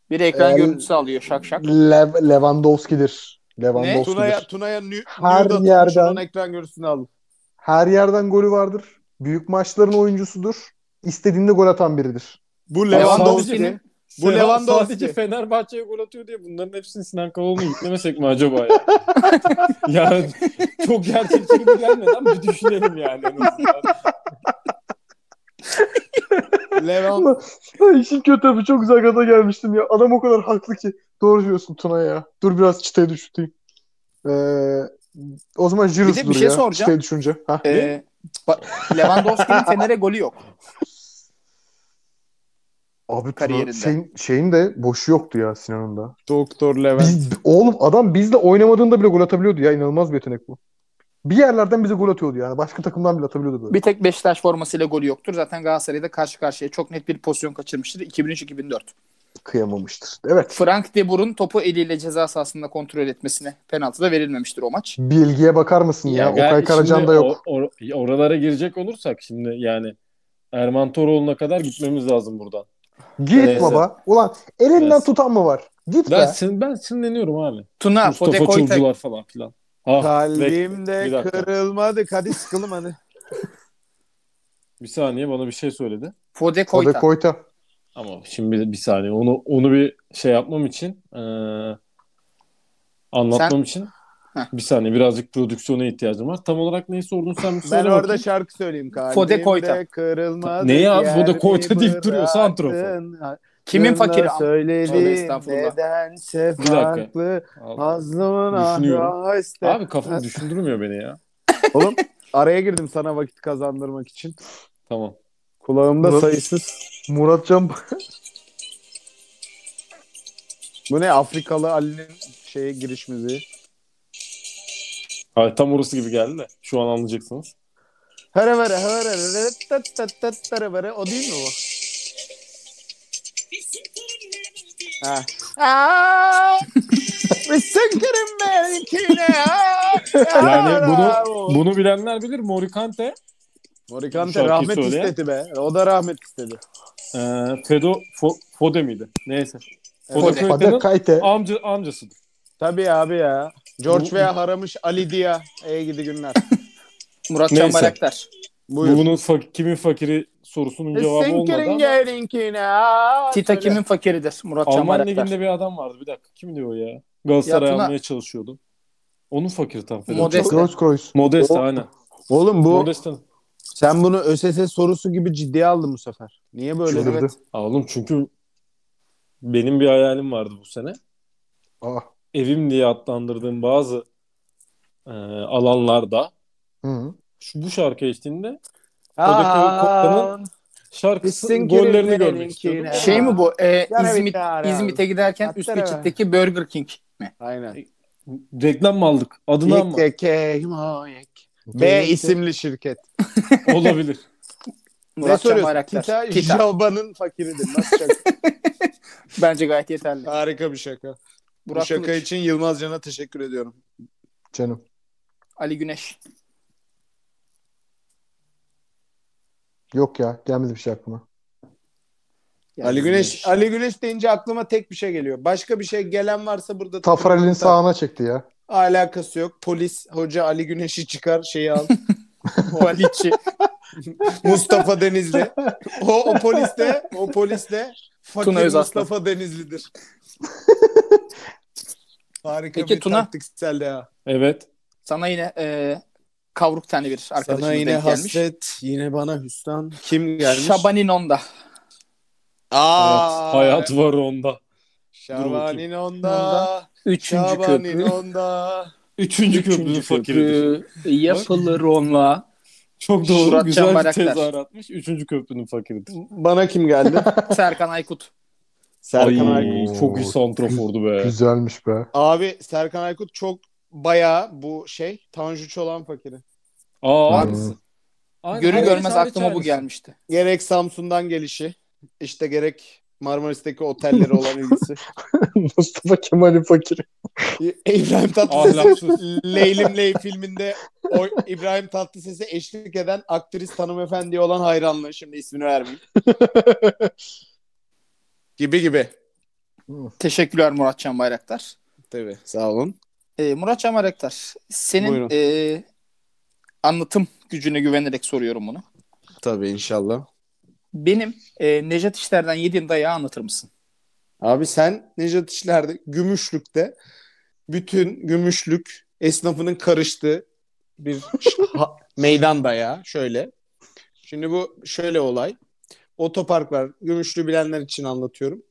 [SPEAKER 4] Biri ekran
[SPEAKER 3] Ee,
[SPEAKER 1] Eğer-
[SPEAKER 4] görüntüsü alıyor şak şak.
[SPEAKER 1] Lev, Lewandowski'dir. Lewandowski'dir.
[SPEAKER 2] Tuna'ya Tuna'ya nü-
[SPEAKER 1] Her
[SPEAKER 2] nude atılmış
[SPEAKER 1] yerden.
[SPEAKER 2] olan ekran görüntüsünü aldım.
[SPEAKER 1] Her yerden golü vardır. Büyük maçların oyuncusudur. İstediğinde gol atan biridir.
[SPEAKER 2] Bu
[SPEAKER 3] sadece-
[SPEAKER 2] Lewandowski'nin Bu
[SPEAKER 3] Sen-
[SPEAKER 2] Lewandowski.
[SPEAKER 3] Sadece Fenerbahçe'ye gol atıyor diye bunların hepsini Sinan Kaloğlu'na yüklemesek mi acaba ya? yani çok gerçekçi gibi gelmeden bir düşünelim yani en azından.
[SPEAKER 2] Levan
[SPEAKER 1] İşin kötü tarafı çok güzel gaza gelmiştim ya. Adam o kadar haklı ki. Doğru diyorsun Tuna ya. Dur biraz çıtayı düşürteyim. Ee, o zaman Jirus
[SPEAKER 4] Bir de bir
[SPEAKER 1] dur
[SPEAKER 4] şey
[SPEAKER 1] ya.
[SPEAKER 4] soracağım.
[SPEAKER 1] Çıtayı düşünce. Hah.
[SPEAKER 4] Ee, ba- Lewandowski'nin Fener'e golü yok.
[SPEAKER 1] Abi Tuna,
[SPEAKER 4] kariyerinde.
[SPEAKER 1] şeyin, şeyin de boşu yoktu ya Sinan'ın da.
[SPEAKER 2] Doktor Levent.
[SPEAKER 1] Biz, oğlum adam bizle oynamadığında bile gol atabiliyordu ya. inanılmaz bir yetenek bu. Bir yerlerden bize gol atıyordu yani. Başka takımdan bile atabiliyordu böyle.
[SPEAKER 4] Bir tek Beşiktaş formasıyla golü yoktur. Zaten Galatasaray'da karşı karşıya çok net bir pozisyon kaçırmıştır 2003-2004.
[SPEAKER 1] Kıyamamıştır. Evet.
[SPEAKER 4] Frank de Boer'un topu eliyle ceza sahasında kontrol etmesine penaltı da verilmemiştir o maç.
[SPEAKER 1] Bilgiye bakar mısın ya?
[SPEAKER 3] gel-
[SPEAKER 1] Okay Karacan
[SPEAKER 3] şimdi
[SPEAKER 1] da yok.
[SPEAKER 3] o- or- oralara girecek olursak şimdi yani Erman Toroğlu'na kadar gitmemiz lazım buradan.
[SPEAKER 1] Git
[SPEAKER 3] Neyse.
[SPEAKER 1] baba. Ulan elinden
[SPEAKER 3] Neyse.
[SPEAKER 1] tutan mı var? Git
[SPEAKER 3] Ben,
[SPEAKER 1] be.
[SPEAKER 3] sin, ben sinirleniyorum abi.
[SPEAKER 4] Tuna, Fode
[SPEAKER 3] Mustafa
[SPEAKER 4] Koytek.
[SPEAKER 3] Çulcular falan filan. Ah, bir
[SPEAKER 2] Kalbimde
[SPEAKER 3] dakika.
[SPEAKER 2] kırılmadı. Hadi sıkılım hadi.
[SPEAKER 3] bir saniye bana bir şey söyledi.
[SPEAKER 4] Fode
[SPEAKER 1] Koyta.
[SPEAKER 4] Koyta.
[SPEAKER 1] Koyta.
[SPEAKER 3] Ama şimdi bir, bir saniye onu onu bir şey yapmam için eee, anlatmam için
[SPEAKER 4] Heh.
[SPEAKER 3] bir saniye birazcık prodüksiyona ihtiyacım var. Tam olarak neyi sordun sen? bir
[SPEAKER 2] Ben
[SPEAKER 3] söyle
[SPEAKER 2] orada
[SPEAKER 3] bakayım.
[SPEAKER 2] şarkı söyleyeyim kalbimde.
[SPEAKER 4] Fode Koyta.
[SPEAKER 2] Kırılmadı.
[SPEAKER 3] Ne ya?
[SPEAKER 2] yer
[SPEAKER 3] Fode Koyta
[SPEAKER 2] mi
[SPEAKER 3] deyip duruyor, santrafor.
[SPEAKER 2] bıraktın?
[SPEAKER 4] Kimin
[SPEAKER 2] Aklına
[SPEAKER 4] fakiri? Tövbe
[SPEAKER 2] Söyledin
[SPEAKER 4] estağfurullah.
[SPEAKER 2] nedense
[SPEAKER 3] Bir dakika.
[SPEAKER 2] farklı.
[SPEAKER 1] şey-
[SPEAKER 3] Allah.
[SPEAKER 2] Hazlımın
[SPEAKER 3] Düşünüyorum.
[SPEAKER 2] ahra iste.
[SPEAKER 3] Abi kafam düşündürmüyor beni ya.
[SPEAKER 2] Oğlum araya girdim sana vakit kazandırmak için.
[SPEAKER 3] Tamam.
[SPEAKER 2] Kulağımda
[SPEAKER 1] Nasıl?
[SPEAKER 2] sayısız.
[SPEAKER 1] Murat Can.
[SPEAKER 2] Bu ne Afrikalı Ali'nin şeye giriş müziği.
[SPEAKER 3] Hayır, tam orası gibi geldi de. Şu an anlayacaksınız.
[SPEAKER 2] Hara hara hara hara tat tat tat hara hara. O değil mi bu? Ha.
[SPEAKER 3] Yani bunu bunu bilenler bilir. Morikante
[SPEAKER 2] Morikante
[SPEAKER 3] şarkıyı
[SPEAKER 2] rahmet
[SPEAKER 3] söyle.
[SPEAKER 2] istedi be. O da rahmet istedi.
[SPEAKER 3] eee e, Fedo Fo- Fode miydi? Neyse. Fode
[SPEAKER 4] Fode.
[SPEAKER 1] Fade
[SPEAKER 3] Koyta'nın
[SPEAKER 1] Kayte.
[SPEAKER 3] amca, amcasıdır.
[SPEAKER 2] Tabii abi ya. George
[SPEAKER 3] Bu-
[SPEAKER 2] veya Haramış Ali Dia. Ey gidi günler.
[SPEAKER 4] Murat
[SPEAKER 3] Neyse.
[SPEAKER 4] Çambaraktar.
[SPEAKER 3] Bu
[SPEAKER 2] Buyur.
[SPEAKER 3] bunun fa- kimin fakiri
[SPEAKER 4] E,
[SPEAKER 2] E,
[SPEAKER 3] sorusunun cevabı olmadı ama
[SPEAKER 4] Tita kimin fakiridir? Murat
[SPEAKER 3] Alman
[SPEAKER 4] Çambaraktar.
[SPEAKER 3] liginde bir adam vardı bir dakika. Kimdi o ya? Galatasaray
[SPEAKER 4] Ya Tuna-
[SPEAKER 3] almaya çalışıyordu. Onun fakiri tam Fedo.
[SPEAKER 4] Modest-
[SPEAKER 3] Çok-
[SPEAKER 1] Rolls Royce.
[SPEAKER 3] Modest
[SPEAKER 2] O-
[SPEAKER 3] aynen.
[SPEAKER 2] Oğlum bu
[SPEAKER 3] Modest'in.
[SPEAKER 2] sen bunu ÖSS sorusu gibi ciddiye aldın bu sefer. Niye böyle?
[SPEAKER 1] Çıldırdı.
[SPEAKER 2] Evet.
[SPEAKER 3] Aa, Oğlum çünkü benim bir hayalim vardı bu sene.
[SPEAKER 1] Aa.
[SPEAKER 3] Evim diye adlandırdığım bazı e, alanlarda
[SPEAKER 1] Hı.
[SPEAKER 3] şu bu şarkı eşliğinde
[SPEAKER 2] Aa,
[SPEAKER 3] Koyta'nın şarkısının gollerini görmek istiyordum.
[SPEAKER 4] Şey mi bu? Ee,
[SPEAKER 2] Yara
[SPEAKER 4] İzmit,
[SPEAKER 2] bitti ara.
[SPEAKER 4] İzmit'e giderken
[SPEAKER 2] Hatta
[SPEAKER 4] üst
[SPEAKER 2] ara.
[SPEAKER 4] geçitteki Burger King mi?
[SPEAKER 2] Aynen.
[SPEAKER 3] Reklam mı aldık? Adını ama
[SPEAKER 2] YKK, Moyek. B isimli şirket.
[SPEAKER 3] olabilir.
[SPEAKER 2] Ne
[SPEAKER 4] Murat
[SPEAKER 2] soruyorsun?
[SPEAKER 4] Çambaraktar.
[SPEAKER 2] Tita,
[SPEAKER 4] Tita.
[SPEAKER 2] Jaba'nın fakiridir. Nasıl şaka?
[SPEAKER 4] Bence gayet yeterli.
[SPEAKER 2] Harika bir şaka.
[SPEAKER 4] Burak Kılıç,
[SPEAKER 2] için Yılmaz Can'a teşekkür ediyorum.
[SPEAKER 1] Canım.
[SPEAKER 4] Ali Güneş.
[SPEAKER 1] Yok ya. Gelmedi bir şey aklıma.
[SPEAKER 2] Ali Güneş, Ali Güneş deyince aklıma tek bir şey geliyor. Başka bir şey gelen varsa burada
[SPEAKER 1] Tafral'in sağına çekti ya.
[SPEAKER 2] alakası yok. Polis hoca Ali Güneş'i çıkar, şeyi al.
[SPEAKER 4] Valiçi.
[SPEAKER 2] Mustafa Denizli. O, o polis de, o polis de fakir
[SPEAKER 4] Tuna Özaslan.
[SPEAKER 2] Mustafa Denizli'dir. Harika
[SPEAKER 4] Peki
[SPEAKER 2] bir
[SPEAKER 4] Tuna?
[SPEAKER 2] taktiksel ya.
[SPEAKER 3] Evet.
[SPEAKER 4] Sana yine e, kavruk tane bir arkadaşımız
[SPEAKER 2] Sana yine
[SPEAKER 4] denk gelmiş.
[SPEAKER 2] hasret, yine bana hüsran. Kim gelmiş?
[SPEAKER 4] Şabanin Onda.
[SPEAKER 2] Aa,
[SPEAKER 3] Hayat var onda.
[SPEAKER 2] Şaban'ın onda.
[SPEAKER 4] Onda. Üçüncü
[SPEAKER 2] Şaban'ın
[SPEAKER 4] köprü.
[SPEAKER 2] onda.
[SPEAKER 3] Üçüncü, köprünün
[SPEAKER 4] Üçüncü
[SPEAKER 3] fakiridir.
[SPEAKER 4] köprü yapılır onunla.
[SPEAKER 3] Çok doğru
[SPEAKER 4] Murat
[SPEAKER 3] güzel bir
[SPEAKER 4] Çambaraktar.
[SPEAKER 3] tezahüratmış. Üçüncü köprünün fakiridir.
[SPEAKER 2] Bana kim geldi?
[SPEAKER 4] Serkan Aykut.
[SPEAKER 2] Serkan
[SPEAKER 3] Ay,
[SPEAKER 2] Aykut.
[SPEAKER 3] çok iyi santrafordu be.
[SPEAKER 1] Güzelmiş be.
[SPEAKER 2] Abi Serkan Aykut çok bayağı bu şey Tanju Çolak'ın fakiri.
[SPEAKER 3] Aa,
[SPEAKER 1] Hmm.
[SPEAKER 3] Aynen,
[SPEAKER 4] Görür
[SPEAKER 3] aynısı,
[SPEAKER 4] görmez
[SPEAKER 3] aynısı,
[SPEAKER 4] aklıma bu
[SPEAKER 3] aynısı.
[SPEAKER 4] gelmişti.
[SPEAKER 2] Gerek Samsun'dan gelişi, işte gerek Marmaris'teki otelleri olan ilgisi.
[SPEAKER 1] Mustafa Kemal'in fakiri.
[SPEAKER 2] İbrahim Tatlıses
[SPEAKER 3] Ahlaksız.
[SPEAKER 2] Leylim Ley filminde o İbrahim Tatlıses'e eşlik eden aktris hanımefendiye olan hayranlığı şimdi ismini vermeyeyim. gibi gibi.
[SPEAKER 4] Teşekkürler Muratcan Bayraktar.
[SPEAKER 2] Tabii sağ olun.
[SPEAKER 4] Ee, Muratcan Bayraktar,
[SPEAKER 2] Buyurun.
[SPEAKER 4] senin e, anlatım gücüne güvenerek soruyorum bunu.
[SPEAKER 2] Tabii inşallah.
[SPEAKER 4] Benim e, Nejat İşler'den yediğim dayağı anlatır mısın?
[SPEAKER 2] Abi sen Nejat İşler'de, Gümüşlük'te bütün Gümüşlük esnafının karıştığı bir ş- ha- meydan dayağı şöyle. Şimdi bu şöyle olay. Otopark var. Gümüşlüğü bilenler için anlatıyorum.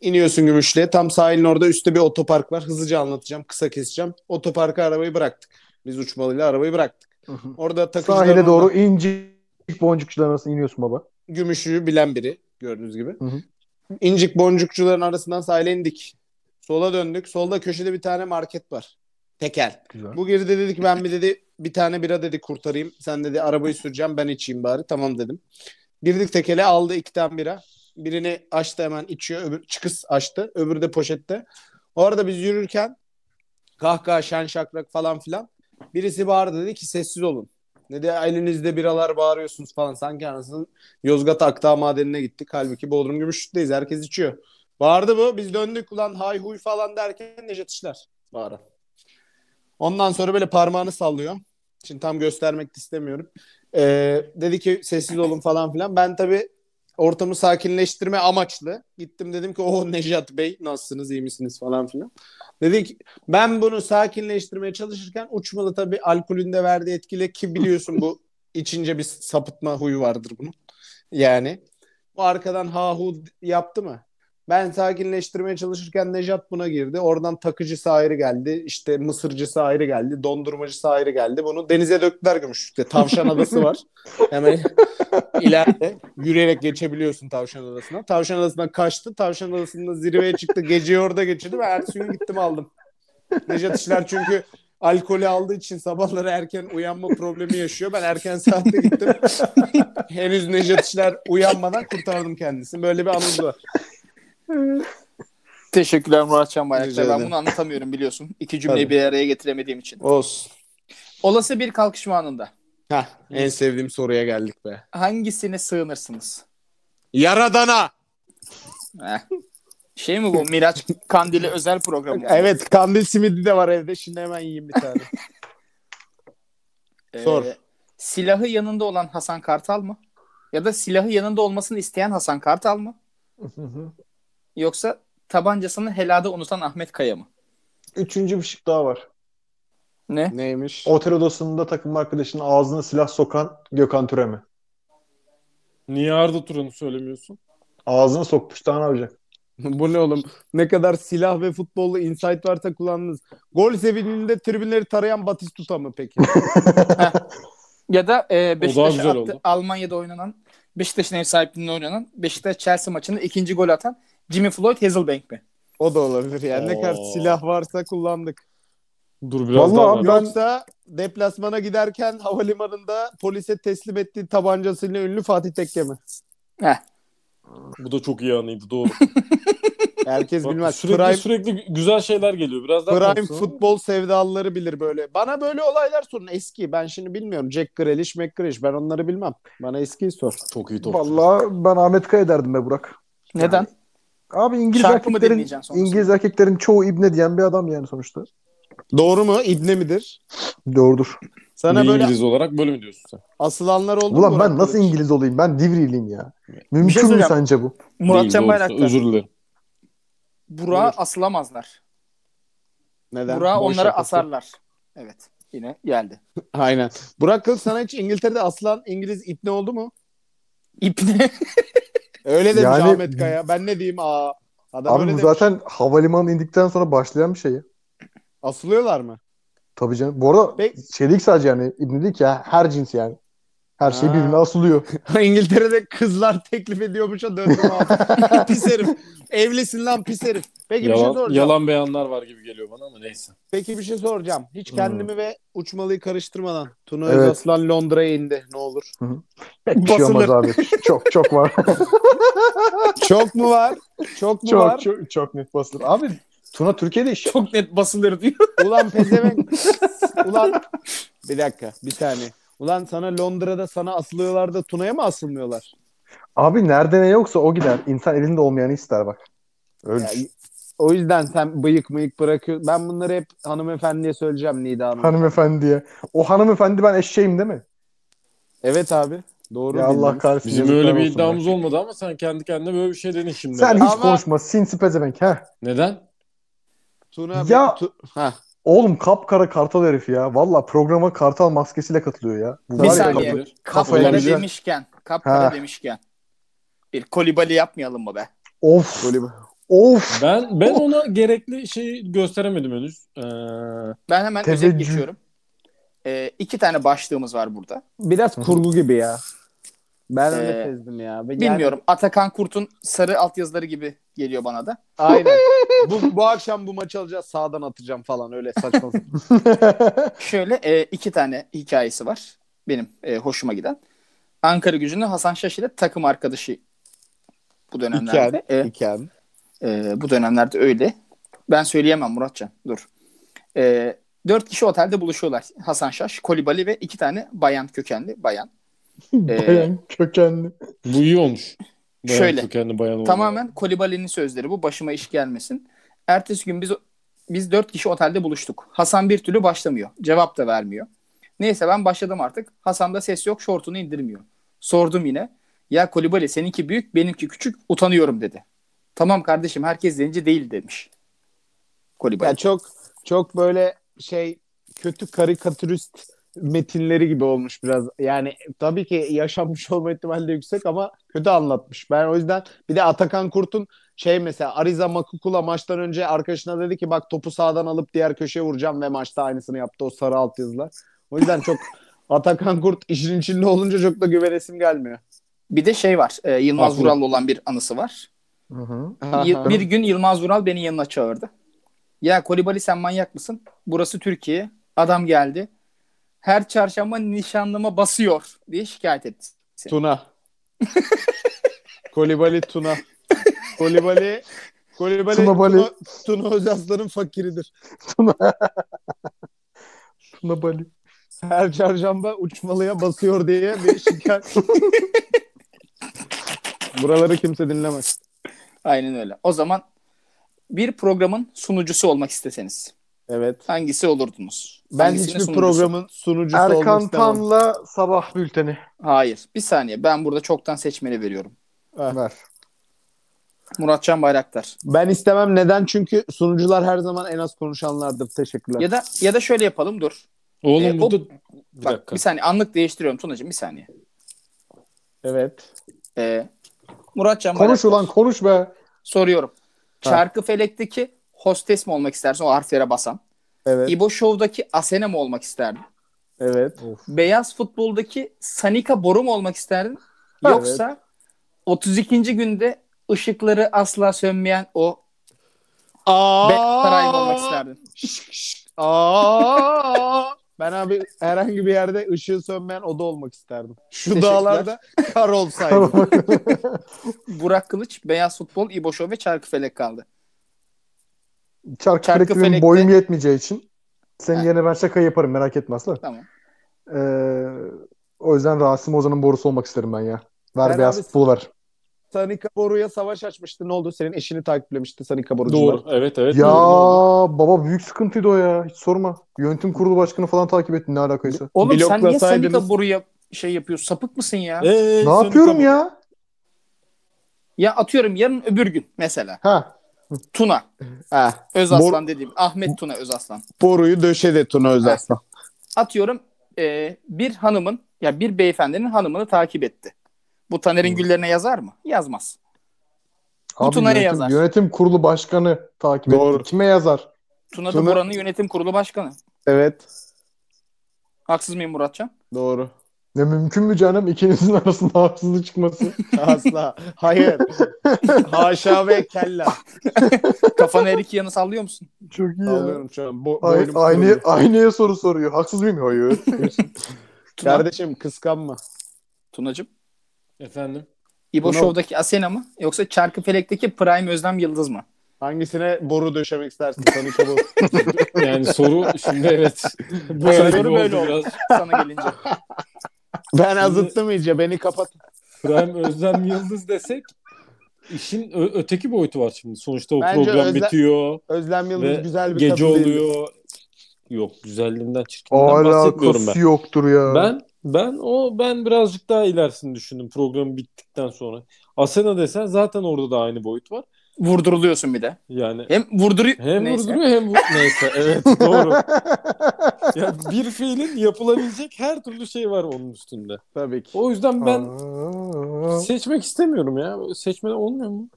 [SPEAKER 2] İniyorsun Gümüşlüğe. Tam sahilin orada üstte bir otopark var. Hızlıca anlatacağım. Kısa keseceğim. Otoparka arabayı bıraktık. Biz uçmalıyla arabayı bıraktık. Orada takıcıların
[SPEAKER 1] Sahile
[SPEAKER 2] orada-
[SPEAKER 1] doğru incik boncukçuların arasına iniyorsun baba.
[SPEAKER 2] gümüşü bilen biri gördüğünüz gibi.
[SPEAKER 1] Hı hı.
[SPEAKER 2] İncik boncukçuların arasından sahile indik. Sola döndük. Solda köşede bir tane market var. Tekel.
[SPEAKER 1] Güzel.
[SPEAKER 2] Bu girdi dedi ki ben bir dedi bir tane bira dedi kurtarayım. Sen dedi arabayı süreceğim ben içeyim bari. Tamam dedim. Girdik tekele aldı iki tane bira. Birini açtı hemen içiyor. Öbür, çıkıs açtı. Öbürü de poşette. Orada biz yürürken kahkaha şen şakrak falan filan. Birisi bağırdı dedi ki sessiz olun. Dedi elinizde biralar bağırıyorsunuz falan. Sanki anasının Yozgat Aktağ madenine gittik. Halbuki Bodrum Gümüşlük'teyiz. Herkes içiyor. Bağırdı bu. Biz döndük ulan hay huy falan derken Necdet İşler bağıran. Ondan sonra böyle parmağını sallıyor. Şimdi tam göstermek de istemiyorum. Ee, dedi ki sessiz olun falan filan. Ben tabii ortamı sakinleştirme amaçlı gittim dedim ki o Nejat Bey nasılsınız iyi misiniz falan filan. Dedi ki ben bunu sakinleştirmeye çalışırken uçmalı tabii alkolün de verdiği etkiyle ki biliyorsun bu içince bir sapıtma huyu vardır bunun. Yani bu arkadan hahu yaptı mı? Ben sakinleştirmeye çalışırken Nejat buna girdi. Oradan takıcısı ayrı geldi. işte mısırcısı ayrı geldi. Dondurmacısı ayrı geldi. Bunu denize döktüler Gümüşlük'te. Tavşan Adası var. Hemen ileride yürüyerek geçebiliyorsun Tavşan Adası'na. Tavşan Adası'na kaçtı. Tavşan Adası'nda zirveye çıktı. Geceyi orada geçirdi ve ertesi gün gittim aldım. Nejat İşler çünkü alkolü aldığı için sabahları erken uyanma problemi yaşıyor. Ben erken saatte gittim. Henüz Nejat İşler uyanmadan kurtardım kendisini. Böyle bir anımız var.
[SPEAKER 4] Teşekkürler Muratcan
[SPEAKER 2] Rica
[SPEAKER 4] Bayraktar.
[SPEAKER 2] ederim.
[SPEAKER 4] Ben bunu anlatamıyorum biliyorsun. İki cümleyi
[SPEAKER 2] Tabii.
[SPEAKER 4] bir araya getiremediğim için.
[SPEAKER 2] Olsun.
[SPEAKER 4] Olası bir kalkışma anında
[SPEAKER 2] Heh, en sevdiğim soruya geldik be.
[SPEAKER 4] hangisine sığınırsınız?
[SPEAKER 2] Yaradana.
[SPEAKER 4] Heh. Şey mi bu? Miraç Kandili özel programı.
[SPEAKER 2] Evet kandil simidi de var evde. Şimdi hemen yiyeyim bir tane.
[SPEAKER 4] Ee,
[SPEAKER 2] sor.
[SPEAKER 4] Silahı yanında olan Hasan Kartal mı? Ya da silahı yanında olmasını isteyen Hasan Kartal mı? Yoksa tabancasını helada unutan Ahmet Kaya mı?
[SPEAKER 1] Üçüncü bir şık daha var.
[SPEAKER 4] Ne?
[SPEAKER 2] Neymiş?
[SPEAKER 1] Otel odasında takım arkadaşının ağzına silah sokan Gökhan Türe mi?
[SPEAKER 3] Niye Arda Turan'ı söylemiyorsun?
[SPEAKER 1] Ağzına sokmuş daha ne yapacak?
[SPEAKER 2] Bu ne oğlum? Ne kadar silah ve futbollu insight varsa kullandınız. Gol sevininde tribünleri tarayan Batistuta mı peki?
[SPEAKER 4] Ya da e, Beşiktaş'a
[SPEAKER 3] güzel
[SPEAKER 4] attı-
[SPEAKER 3] oldu.
[SPEAKER 4] Almanya'da oynanan Beşiktaş'ın ev sahipliğinde oynanan Beşiktaş Chelsea maçında ikinci gol atan Jimmy Floyd Hazelbank mi?
[SPEAKER 2] o da olabilir yani. Ne kadar
[SPEAKER 3] Oo.
[SPEAKER 2] silah varsa kullandık.
[SPEAKER 3] Dur biraz
[SPEAKER 1] Vallahi
[SPEAKER 3] daha.
[SPEAKER 1] abi
[SPEAKER 3] var.
[SPEAKER 1] ben-
[SPEAKER 2] Yoksa deplasmana giderken havalimanında polise teslim ettiği tabancasıyla ünlü Fatih Tekke mi?
[SPEAKER 3] Bu da çok iyi anıydı doğru.
[SPEAKER 2] Herkes
[SPEAKER 3] Bak,
[SPEAKER 2] bilmez.
[SPEAKER 3] sürekli
[SPEAKER 2] Prime,
[SPEAKER 3] sürekli güzel şeyler geliyor. Biraz daha
[SPEAKER 2] prime
[SPEAKER 3] konuşsana.
[SPEAKER 2] futbol sevdalıları bilir böyle. Bana böyle olaylar sorun eski. Ben şimdi bilmiyorum. Jack Grealish, Mac Grealish. Ben onları bilmem. Bana eskiyi sor.
[SPEAKER 3] Çok iyi topçu.
[SPEAKER 1] Vallahi ben Ahmet Kaya derdim be Burak.
[SPEAKER 4] Neden?
[SPEAKER 1] Abi İngiliz
[SPEAKER 4] Şarkı mı
[SPEAKER 1] erkeklerin
[SPEAKER 4] dinleyeceksin sonrasında?
[SPEAKER 1] İngiliz erkeklerin çoğu ibne diyen bir adam yani sonuçta.
[SPEAKER 2] Doğru mu? İbne midir?
[SPEAKER 1] Doğrudur.
[SPEAKER 2] Sana
[SPEAKER 3] Niye
[SPEAKER 2] böyle
[SPEAKER 3] İngiliz olarak böyle mi diyorsun sen?
[SPEAKER 2] asılanlar oldu mu?
[SPEAKER 1] Ulan ben
[SPEAKER 2] Burak
[SPEAKER 1] nasıl
[SPEAKER 2] Grealish?
[SPEAKER 1] İngiliz olayım? Ben Divriliyim ya.
[SPEAKER 4] şey. Bir şey
[SPEAKER 1] Mümkün mü
[SPEAKER 4] söyleyeceğim.
[SPEAKER 1] sence bu?
[SPEAKER 3] Değil,
[SPEAKER 4] Muratcan
[SPEAKER 3] doğrusu.
[SPEAKER 4] Bayraktar.
[SPEAKER 3] Özür dilerim.
[SPEAKER 4] Burak'a asılamazlar.
[SPEAKER 2] Neden?
[SPEAKER 4] Burak'a
[SPEAKER 2] Boy
[SPEAKER 4] onları
[SPEAKER 2] şakası.
[SPEAKER 4] asarlar. Evet. Yine geldi.
[SPEAKER 2] Aynen. Burak Kılıç sana hiç İngiltere'de aslan İngiliz ibne oldu mu?
[SPEAKER 4] İpne.
[SPEAKER 2] Öyle demiş
[SPEAKER 1] Yani-
[SPEAKER 2] Ahmet Kaya. Ben ne diyeyim aa. Adam
[SPEAKER 1] Abi
[SPEAKER 2] öyle
[SPEAKER 1] bu
[SPEAKER 2] demiş.
[SPEAKER 1] zaten havalimanı indikten sonra başlayan bir şey. ya.
[SPEAKER 2] Asılıyorlar mı?
[SPEAKER 1] Tabii canım. Bu arada
[SPEAKER 2] Peki.
[SPEAKER 1] şey değil ki sadece yani İbni değil ki ya, her cins yani. Her şey
[SPEAKER 2] Ha.
[SPEAKER 1] birbirine asılıyor.
[SPEAKER 2] İngiltere'de kızlar teklif ediyormuşa döndüm abi. pis herif. Evlisin lan pis herif. Peki bir şey
[SPEAKER 3] Yalan,
[SPEAKER 2] soracağım.
[SPEAKER 3] yalan beyanlar var gibi geliyor bana ama neyse.
[SPEAKER 2] Peki bir şey soracağım. Hiç kendimi ve uçmalıyı karıştırmadan. Tuna
[SPEAKER 1] Evet.
[SPEAKER 2] Özaslan Londra'ya indi. Ne olur.
[SPEAKER 1] Pek bir şey olmaz abi. Çok çok var.
[SPEAKER 2] Çok mu var? Çok mu var?
[SPEAKER 1] çok, çok çok net basılır. Abi Tuna Türkiye'de iş.
[SPEAKER 3] Çok net basılır diyor.
[SPEAKER 2] Ulan pezevenk. Ulan bir dakika, bir saniye. Ulan sana Londra'da sana asılıyorlar da Tuna'ya mı asılmıyorlar?
[SPEAKER 1] Abi nerede ne yoksa o gider. İnsan elinde olmayanı ister bak. Öyle.
[SPEAKER 2] Ya,
[SPEAKER 1] düşün.
[SPEAKER 2] o yüzden sen bıyık mıyık bırakıyorsun. Ben bunları hep hanımefendiye söyleyeceğim Nida Hanım.
[SPEAKER 1] Hanımefendiye. O hanımefendi ben eşeğim değil mi?
[SPEAKER 2] Evet abi. Doğru
[SPEAKER 1] Ya Allah
[SPEAKER 2] bildin.
[SPEAKER 1] kahretsin.
[SPEAKER 3] Bizim
[SPEAKER 1] yazıklar
[SPEAKER 3] öyle bir
[SPEAKER 1] olsun
[SPEAKER 3] iddiamız olmadı ama sen kendi kendine böyle bir şey dedin şimdi.
[SPEAKER 1] be. Sen hiç
[SPEAKER 2] Ama-
[SPEAKER 1] konuşma. Sinsi pezevenk. Heh.
[SPEAKER 3] Neden?
[SPEAKER 2] Tuna
[SPEAKER 1] Ya-
[SPEAKER 2] Tu- Hah.
[SPEAKER 1] Oğlum kapkara kartal herif ya. Valla programa kartal maskesiyle katılıyor ya. Bu var
[SPEAKER 4] Bir
[SPEAKER 1] ya
[SPEAKER 4] saniye.
[SPEAKER 1] kapı-
[SPEAKER 3] Olabilir.
[SPEAKER 1] Kafaya
[SPEAKER 4] Kapkara
[SPEAKER 1] güzel.
[SPEAKER 4] demişken, kapkara
[SPEAKER 1] Ha.
[SPEAKER 4] demişken. Bir kolibali yapmayalım mı be?
[SPEAKER 1] Of. Of.
[SPEAKER 3] Ben
[SPEAKER 4] Oh.
[SPEAKER 3] ben ona gerekli şeyi gösteremedim henüz. Ee,
[SPEAKER 4] Ben hemen özet
[SPEAKER 1] Teveccüh.
[SPEAKER 4] geçiyorum. Ee, iki tane başlığımız var burada.
[SPEAKER 2] Biraz kurgu gibi ya. Ben öyle
[SPEAKER 4] Ee,
[SPEAKER 2] sezdim ya. Ve yani-
[SPEAKER 4] Bilmiyorum. Atakan Kurt'un sarı altyazıları gibi geliyor bana da.
[SPEAKER 2] Aynen. bu, bu akşam bu maçı alacağız sağdan atacağım falan öyle saçma sapan.
[SPEAKER 4] Şöyle e, iki tane hikayesi var. Benim e, hoşuma giden. Ankara gücünde Hasan Şaş ile takım arkadaşı bu dönemlerde. E,
[SPEAKER 2] hikayem.
[SPEAKER 4] e, bu dönemlerde öyle. Ben söyleyemem Muratcan. Dur. E, dört kişi otelde buluşuyorlar. Hasan Şaş, Kolibali ve iki tane bayan kökenli bayan. Ee,
[SPEAKER 1] Bayan kökenli.
[SPEAKER 3] bu iyi olmuş. Bayan
[SPEAKER 4] Şöyle.
[SPEAKER 3] kökenli bayan oldu.
[SPEAKER 4] Tamamen Kolibali'nin sözleri bu. Başıma iş gelmesin. Ertesi gün biz biz dört kişi otelde buluştuk. Hasan bir türlü başlamıyor. Cevap da vermiyor. Neyse ben başladım artık. Hasan'da ses yok şortunu indirmiyor. Sordum yine. Ya Kolibali seninki büyük benimki küçük utanıyorum dedi. Tamam kardeşim herkes zenci değil demiş. Kolibali.
[SPEAKER 2] Ya çok çok böyle şey kötü karikatürist metinleri gibi olmuş biraz. Yani tabii ki yaşanmış olma ihtimali de yüksek ama kötü anlatmış. Ben o yüzden bir de Atakan Kurt'un şey mesela Ariza Makukula maçtan önce arkadaşına dedi ki bak topu sağdan alıp diğer köşeye vuracağım ve maçta aynısını yaptı o sarı alt yazılar. O yüzden çok Atakan Kurt işin içinde olunca çok da güvenesim gelmiyor.
[SPEAKER 4] Bir de şey var. e, Yılmaz
[SPEAKER 3] Haklı.
[SPEAKER 4] Vural'la olan bir anısı var.
[SPEAKER 1] Hı-hı.
[SPEAKER 4] Yıl- bir gün Yılmaz Vural beni yanına çağırdı. Ya Kolibali sen manyak mısın? Burası Türkiye. Adam geldi. Her çarşamba nişanlıma basıyor diye şikayet etti.
[SPEAKER 2] Tuna. Kolibali Tuna. Kolibali Kolibali
[SPEAKER 1] Tuna Bali.
[SPEAKER 2] Tuna, Tuna Özaslan'ın fakiridir.
[SPEAKER 1] Tuna Bali.
[SPEAKER 2] Her çarşamba uçmalıya basıyor diye bir şikayet. Buraları kimse dinlemez.
[SPEAKER 4] Aynen öyle. O zaman bir programın sunucusu olmak isteseniz
[SPEAKER 2] Evet.
[SPEAKER 4] hangisi olurdunuz?
[SPEAKER 2] Ben
[SPEAKER 4] Hangisinin
[SPEAKER 2] hiçbir
[SPEAKER 4] sunucusu?
[SPEAKER 2] programın sunucusu olmak
[SPEAKER 1] Erkan
[SPEAKER 2] istemem.
[SPEAKER 1] Tan'la sabah bülteni.
[SPEAKER 4] Hayır. Bir saniye. Ben burada çoktan seçmeni veriyorum.
[SPEAKER 1] Ver.
[SPEAKER 4] Muratcan Bayraktar.
[SPEAKER 2] Ben istemem. Neden? Çünkü sunucular her zaman en az konuşanlardır. Teşekkürler.
[SPEAKER 4] Ya da ya da şöyle yapalım dur.
[SPEAKER 3] Oğlum
[SPEAKER 4] E,
[SPEAKER 3] bu
[SPEAKER 4] o-
[SPEAKER 3] da bir
[SPEAKER 4] Bak
[SPEAKER 3] dakika.
[SPEAKER 4] bir saniye anlık değiştiriyorum Tunacığım bir saniye.
[SPEAKER 2] Evet.
[SPEAKER 4] Ee, Muratcan
[SPEAKER 1] Konuş ulan konuş be.
[SPEAKER 4] Soruyorum. Çarkı Felek'teki hostes mi olmak istersin o harflere basan?
[SPEAKER 2] Evet.
[SPEAKER 4] İbo Show'daki Asena mi olmak isterdin?
[SPEAKER 2] Evet.
[SPEAKER 4] Beyaz Futbol'daki Sanika Boru mu olmak isterdin? Yoksa 32. günde ışıkları asla sönmeyen o
[SPEAKER 2] Aa!
[SPEAKER 4] Saray mı olmak isterdin?
[SPEAKER 2] Aa! ben abi herhangi bir yerde ışığı sönmeyen oda olmak isterdim. Şu dağlarda kar olsaydı.
[SPEAKER 4] Burak Kılıç, Beyaz Futbol, İbo Show ve Çarkı Felek kaldı.
[SPEAKER 1] Çarkı,
[SPEAKER 4] Çarkı
[SPEAKER 1] Felek'te benim
[SPEAKER 4] Felek'te-
[SPEAKER 1] boyum yetmeyeceği için. Senin
[SPEAKER 4] Ha.
[SPEAKER 1] yerine ben şaka yaparım merak etme asla.
[SPEAKER 4] Tamam.
[SPEAKER 1] Ee, o yüzden Rasim Ozan'ın borusu olmak isterim ben ya. Ver
[SPEAKER 2] Ben
[SPEAKER 1] beyaz
[SPEAKER 2] abi-
[SPEAKER 1] futbolu ver.
[SPEAKER 2] Sanika Boru'ya savaş açmıştı. Ne oldu? Senin eşini takiplemişti Sanika Borucular.
[SPEAKER 3] Doğru. Evet evet.
[SPEAKER 1] Ya
[SPEAKER 3] doğru.
[SPEAKER 1] baba büyük sıkıntıydı o ya. Hiç sorma. Yönetim kurulu başkanı falan takip ettin ne alakaysa.
[SPEAKER 4] Oğlum sen niye
[SPEAKER 2] Bloklasaydınız-
[SPEAKER 4] Sanika Boru'ya şey yapıyorsun? Sapık mısın ya?
[SPEAKER 3] Ee,
[SPEAKER 1] Ne
[SPEAKER 3] sen-
[SPEAKER 1] yapıyorum ya?
[SPEAKER 4] Ya atıyorum yarın öbür gün mesela.
[SPEAKER 1] Ha.
[SPEAKER 4] Tuna
[SPEAKER 2] Ha,
[SPEAKER 4] Özaslan dediğim. Ahmet Tuna Özaslan.
[SPEAKER 2] Boru'yu döşedi Tuna Özaslan.
[SPEAKER 4] atıyorum e, bir hanımın ya bir beyefendinin hanımını takip etti. Bu Taner'in güllerine yazar mı? Yazmaz.
[SPEAKER 1] Abi
[SPEAKER 4] Tuna'ya
[SPEAKER 1] yönetim,
[SPEAKER 4] yazar.
[SPEAKER 1] yönetim kurulu başkanı takip
[SPEAKER 2] Doğru.
[SPEAKER 1] etti. Kime yazar?
[SPEAKER 4] Tuna da
[SPEAKER 2] Tuna-
[SPEAKER 4] buranın yönetim kurulu başkanı.
[SPEAKER 2] Evet.
[SPEAKER 4] Haksız mıyım Muratcan?
[SPEAKER 2] Doğru.
[SPEAKER 1] Ne mümkün mü canım ikinizin arasında haksızlık çıkması?
[SPEAKER 2] Asla. Hayır. Haşa ve kella.
[SPEAKER 4] Kafanı her iki yanı sallıyor musun?
[SPEAKER 1] Çok iyi ya.
[SPEAKER 2] Alıyorum şu an. Bo-
[SPEAKER 1] Ay-
[SPEAKER 2] boynum
[SPEAKER 1] aynı,
[SPEAKER 2] kırılıyor.
[SPEAKER 1] aynıya soru soruyor. Haksız mıyım? Hayır.
[SPEAKER 4] Tuna,
[SPEAKER 2] Kardeşim kıskanma.
[SPEAKER 4] Tunacım.
[SPEAKER 3] Efendim.
[SPEAKER 4] İbo
[SPEAKER 2] Tuna-
[SPEAKER 4] Show'daki Asena mı? Yoksa Çarkıfelek'teki Prime Özlem Yıldız mı?
[SPEAKER 2] Hangisine boru döşemek istersin? Sana çabuk.
[SPEAKER 3] Yani soru şimdi evet. Böyle
[SPEAKER 4] Soru
[SPEAKER 3] gibi oldu
[SPEAKER 4] böyle oldu.
[SPEAKER 3] biraz.
[SPEAKER 4] Sana gelince.
[SPEAKER 2] ben azıttım iyice. Beni kapat.
[SPEAKER 3] Prime Özlem Yıldız desek işin ö- öteki boyutu var şimdi. Sonuçta o
[SPEAKER 2] Bence
[SPEAKER 3] program
[SPEAKER 2] Özlem-
[SPEAKER 3] bitiyor.
[SPEAKER 2] Özlem Yıldız
[SPEAKER 3] Ve
[SPEAKER 2] güzel bir
[SPEAKER 3] Gece
[SPEAKER 2] kadın değil.
[SPEAKER 3] oluyor. Yok güzelliğinden çirkinliğinden bahsetmiyorum
[SPEAKER 1] Alakası
[SPEAKER 3] ben.
[SPEAKER 1] yoktur ya.
[SPEAKER 3] Ben ben o ben birazcık daha ilerisini düşündüm programı bittikten sonra. Asena desen zaten orada da aynı boyut var.
[SPEAKER 4] Vurduruluyorsun bir de.
[SPEAKER 3] Yani
[SPEAKER 4] Hem vurduruyor.
[SPEAKER 3] hem
[SPEAKER 4] Neyse.
[SPEAKER 3] vurduruyor hem vur... Neyse evet doğru. ya bir fiilin yapılabilecek her türlü şey var onun üstünde.
[SPEAKER 2] Tabii ki.
[SPEAKER 3] O yüzden ben
[SPEAKER 1] Aa.
[SPEAKER 3] Seçmek istemiyorum ya. Seçmeden olmuyor mu?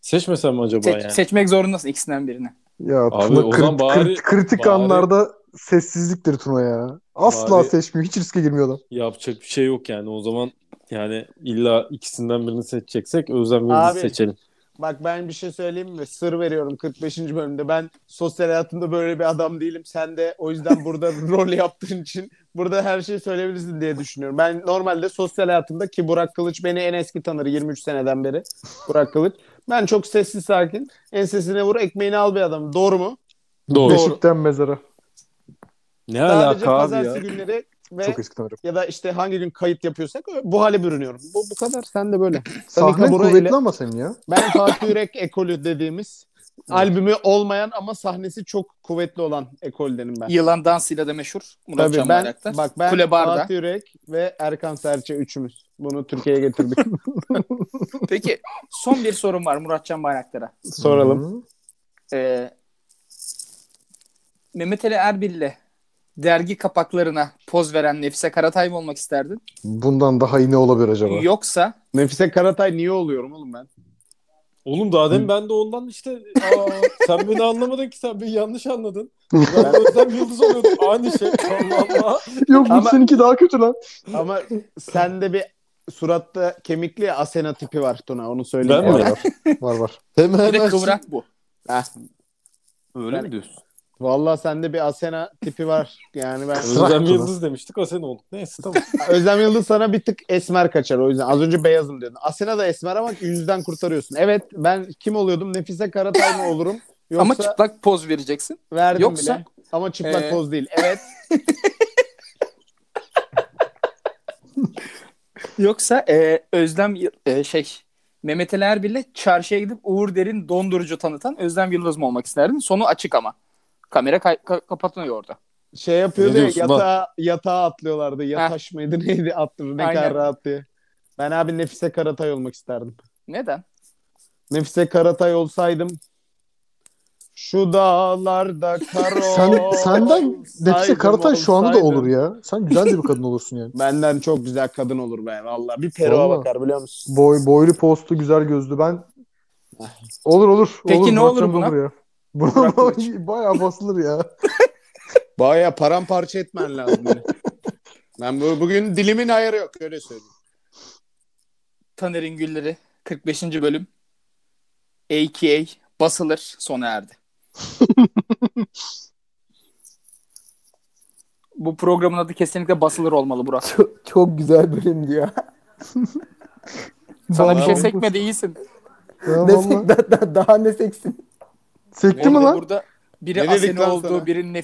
[SPEAKER 3] Seçmesem mi acaba
[SPEAKER 4] Se-
[SPEAKER 3] yani?
[SPEAKER 4] Seçmek zorundasın ikisinden birini.
[SPEAKER 1] Ya
[SPEAKER 3] Abi
[SPEAKER 1] Tuna
[SPEAKER 3] o
[SPEAKER 1] krit-
[SPEAKER 3] zaman bari-
[SPEAKER 1] krit- kritik
[SPEAKER 3] bari-
[SPEAKER 1] anlarda sessizliktir Tuna ya. Asla
[SPEAKER 3] Bari-
[SPEAKER 1] seçmiyor. Hiç riske girmiyor adam.
[SPEAKER 3] Yapacak bir şey yok yani. O zaman yani illa ikisinden birini seçeceksek Özlem Yıldız'ı
[SPEAKER 2] Abi.
[SPEAKER 3] seçelim.
[SPEAKER 2] Bak ben bir şey söyleyeyim mi? Sır veriyorum 45. bölümde. Ben sosyal hayatımda böyle bir adam değilim. Sen de o yüzden burada rol yaptığın için burada her şeyi söyleyebilirsin diye düşünüyorum. Ben normalde sosyal hayatımda ki Burak Kılıç beni en eski tanır 23 seneden beri. Burak Kılıç. Ben çok sessiz sakin. Ensesine vur ekmeğini al bir adam. Doğru mu?
[SPEAKER 3] Doğru.
[SPEAKER 1] Beşikten mezara.
[SPEAKER 3] Ne
[SPEAKER 2] Sadece
[SPEAKER 3] alaka abi
[SPEAKER 2] pazartesi
[SPEAKER 3] ya?
[SPEAKER 2] günleri ve
[SPEAKER 1] Çok eski tanırım.
[SPEAKER 2] ya da işte hangi gün kayıt yapıyorsak bu hale bürünüyorum. Bu, bu kadar. Sen de böyle.
[SPEAKER 1] Sahnen
[SPEAKER 2] Burayla-
[SPEAKER 1] kuvvetli ama senin ya.
[SPEAKER 2] Ben Fatih Yürek ekolü dediğimiz albümü olmayan ama sahnesi çok kuvvetli olan ekoldenim ben.
[SPEAKER 4] Yılan dansıyla da meşhur. Murat
[SPEAKER 2] Tabii
[SPEAKER 4] Can
[SPEAKER 2] ben
[SPEAKER 4] Bayraktar.
[SPEAKER 2] bak ben
[SPEAKER 4] Kule Barda.
[SPEAKER 2] Fatih Yürek ve Erkan Serçe üçümüz. Bunu Türkiye'ye getirdik.
[SPEAKER 4] Peki son bir sorum var Muratcan Bayraktar'a.
[SPEAKER 2] Soralım.
[SPEAKER 1] Hı.
[SPEAKER 4] Ee, Mehmet Ali Erbil'le dergi kapaklarına poz veren Nefise Karatay mı olmak isterdin?
[SPEAKER 1] Bundan daha iyi ne olabilir acaba?
[SPEAKER 4] Yoksa
[SPEAKER 2] Nefise Karatay niye oluyorum oğlum ben?
[SPEAKER 3] Oğlum daha demin ben de ondan işte aa, sen beni anlamadın ki sen beni yanlış anladın. Ben
[SPEAKER 2] Ben-
[SPEAKER 3] Özlem Yıldız oluyordum. Aynı şey. Allah Allah.
[SPEAKER 1] Yok bu
[SPEAKER 2] Ama-
[SPEAKER 1] seninki daha kötü lan.
[SPEAKER 2] ama sende bir suratta kemikli ya, Asena tipi var Tuna onu söyleyeyim.
[SPEAKER 3] Ben mi?
[SPEAKER 1] Var
[SPEAKER 2] Vallahi
[SPEAKER 1] var. Var var.
[SPEAKER 4] bir de kıvrak bu.
[SPEAKER 3] Öyle mi diyorsun?
[SPEAKER 2] Valla sende bir Asena tipi var. Yani ben
[SPEAKER 3] Özlem
[SPEAKER 1] Sıra-
[SPEAKER 3] Yıldız demiştik. O sen olduk. Neyse tamam.
[SPEAKER 2] Özlem Yıldız sana bir tık esmer kaçar o yüzden. Az önce beyazım diyordun. Asena da esmer ama yüzden kurtarıyorsun. Evet ben kim oluyordum? Nefise Karatay mı olurum? Yoksa
[SPEAKER 4] Ama çıplak poz vereceksin.
[SPEAKER 2] verdim
[SPEAKER 4] yoksa-
[SPEAKER 2] bile. Ama çıplak
[SPEAKER 4] Ee,
[SPEAKER 2] poz değil.
[SPEAKER 4] Evet. Yoksa e, Özlem Y- e, şey Mehmet Ali Erbil'le çarşıya gidip Uğur Derin dondurucu tanıtan Özlem Yıldız mı olmak isterdin? Sonu açık ama. Kamera kay- ka- kapatılıyor orada.
[SPEAKER 2] Şey yapıyordu
[SPEAKER 3] Ne
[SPEAKER 2] ya
[SPEAKER 3] diyorsun lan?
[SPEAKER 2] yatağa, yatağa atlıyorlardı. Yataş mıydı neydi attı ne
[SPEAKER 4] Aynen.
[SPEAKER 2] kadar rahat diye. Ben abi Nefise Karatay olmak isterdim.
[SPEAKER 4] Neden?
[SPEAKER 2] Nefise Karatay olsaydım şu dağlarda kar
[SPEAKER 1] Sen, senden Nefise
[SPEAKER 2] olsaydım
[SPEAKER 1] Karatay şu anda da olur
[SPEAKER 2] olsaydım.
[SPEAKER 1] ya. Sen güzel de bir kadın olursun yani.
[SPEAKER 2] Benden çok güzel kadın olur be valla. Bir peruğa
[SPEAKER 1] Vallahi.
[SPEAKER 2] bakar biliyor musun?
[SPEAKER 1] Boy, boylu postlu güzel gözlü ben olur olur.
[SPEAKER 4] Peki
[SPEAKER 1] olur,
[SPEAKER 4] ne
[SPEAKER 1] Muratcan
[SPEAKER 4] olur
[SPEAKER 1] da
[SPEAKER 4] buna?
[SPEAKER 1] ya. Buna
[SPEAKER 4] Burak
[SPEAKER 1] bayağı basılır ya.
[SPEAKER 2] Baya paramparça etmen lazım beni. Ben bu, bugün dilimin ayarı yok öyle söyleyeyim.
[SPEAKER 4] Taner'in Gülleri 45. bölüm AKA basılır sona erdi. Bu programın adı kesinlikle basılır olmalı Burak.
[SPEAKER 6] Çok, çok güzel bölümdü ya.
[SPEAKER 4] Sana bir şey
[SPEAKER 1] Vallahi-
[SPEAKER 4] sekmedi iyisin.
[SPEAKER 1] Ya
[SPEAKER 6] Ne
[SPEAKER 1] vallahi.
[SPEAKER 6] sek- da- da- daha ne seksin?
[SPEAKER 1] Sekti mi
[SPEAKER 4] Orada
[SPEAKER 1] lan?
[SPEAKER 4] Burada biri
[SPEAKER 2] Ne dedikten
[SPEAKER 4] Asena olduğu,
[SPEAKER 2] sonra?
[SPEAKER 4] birinin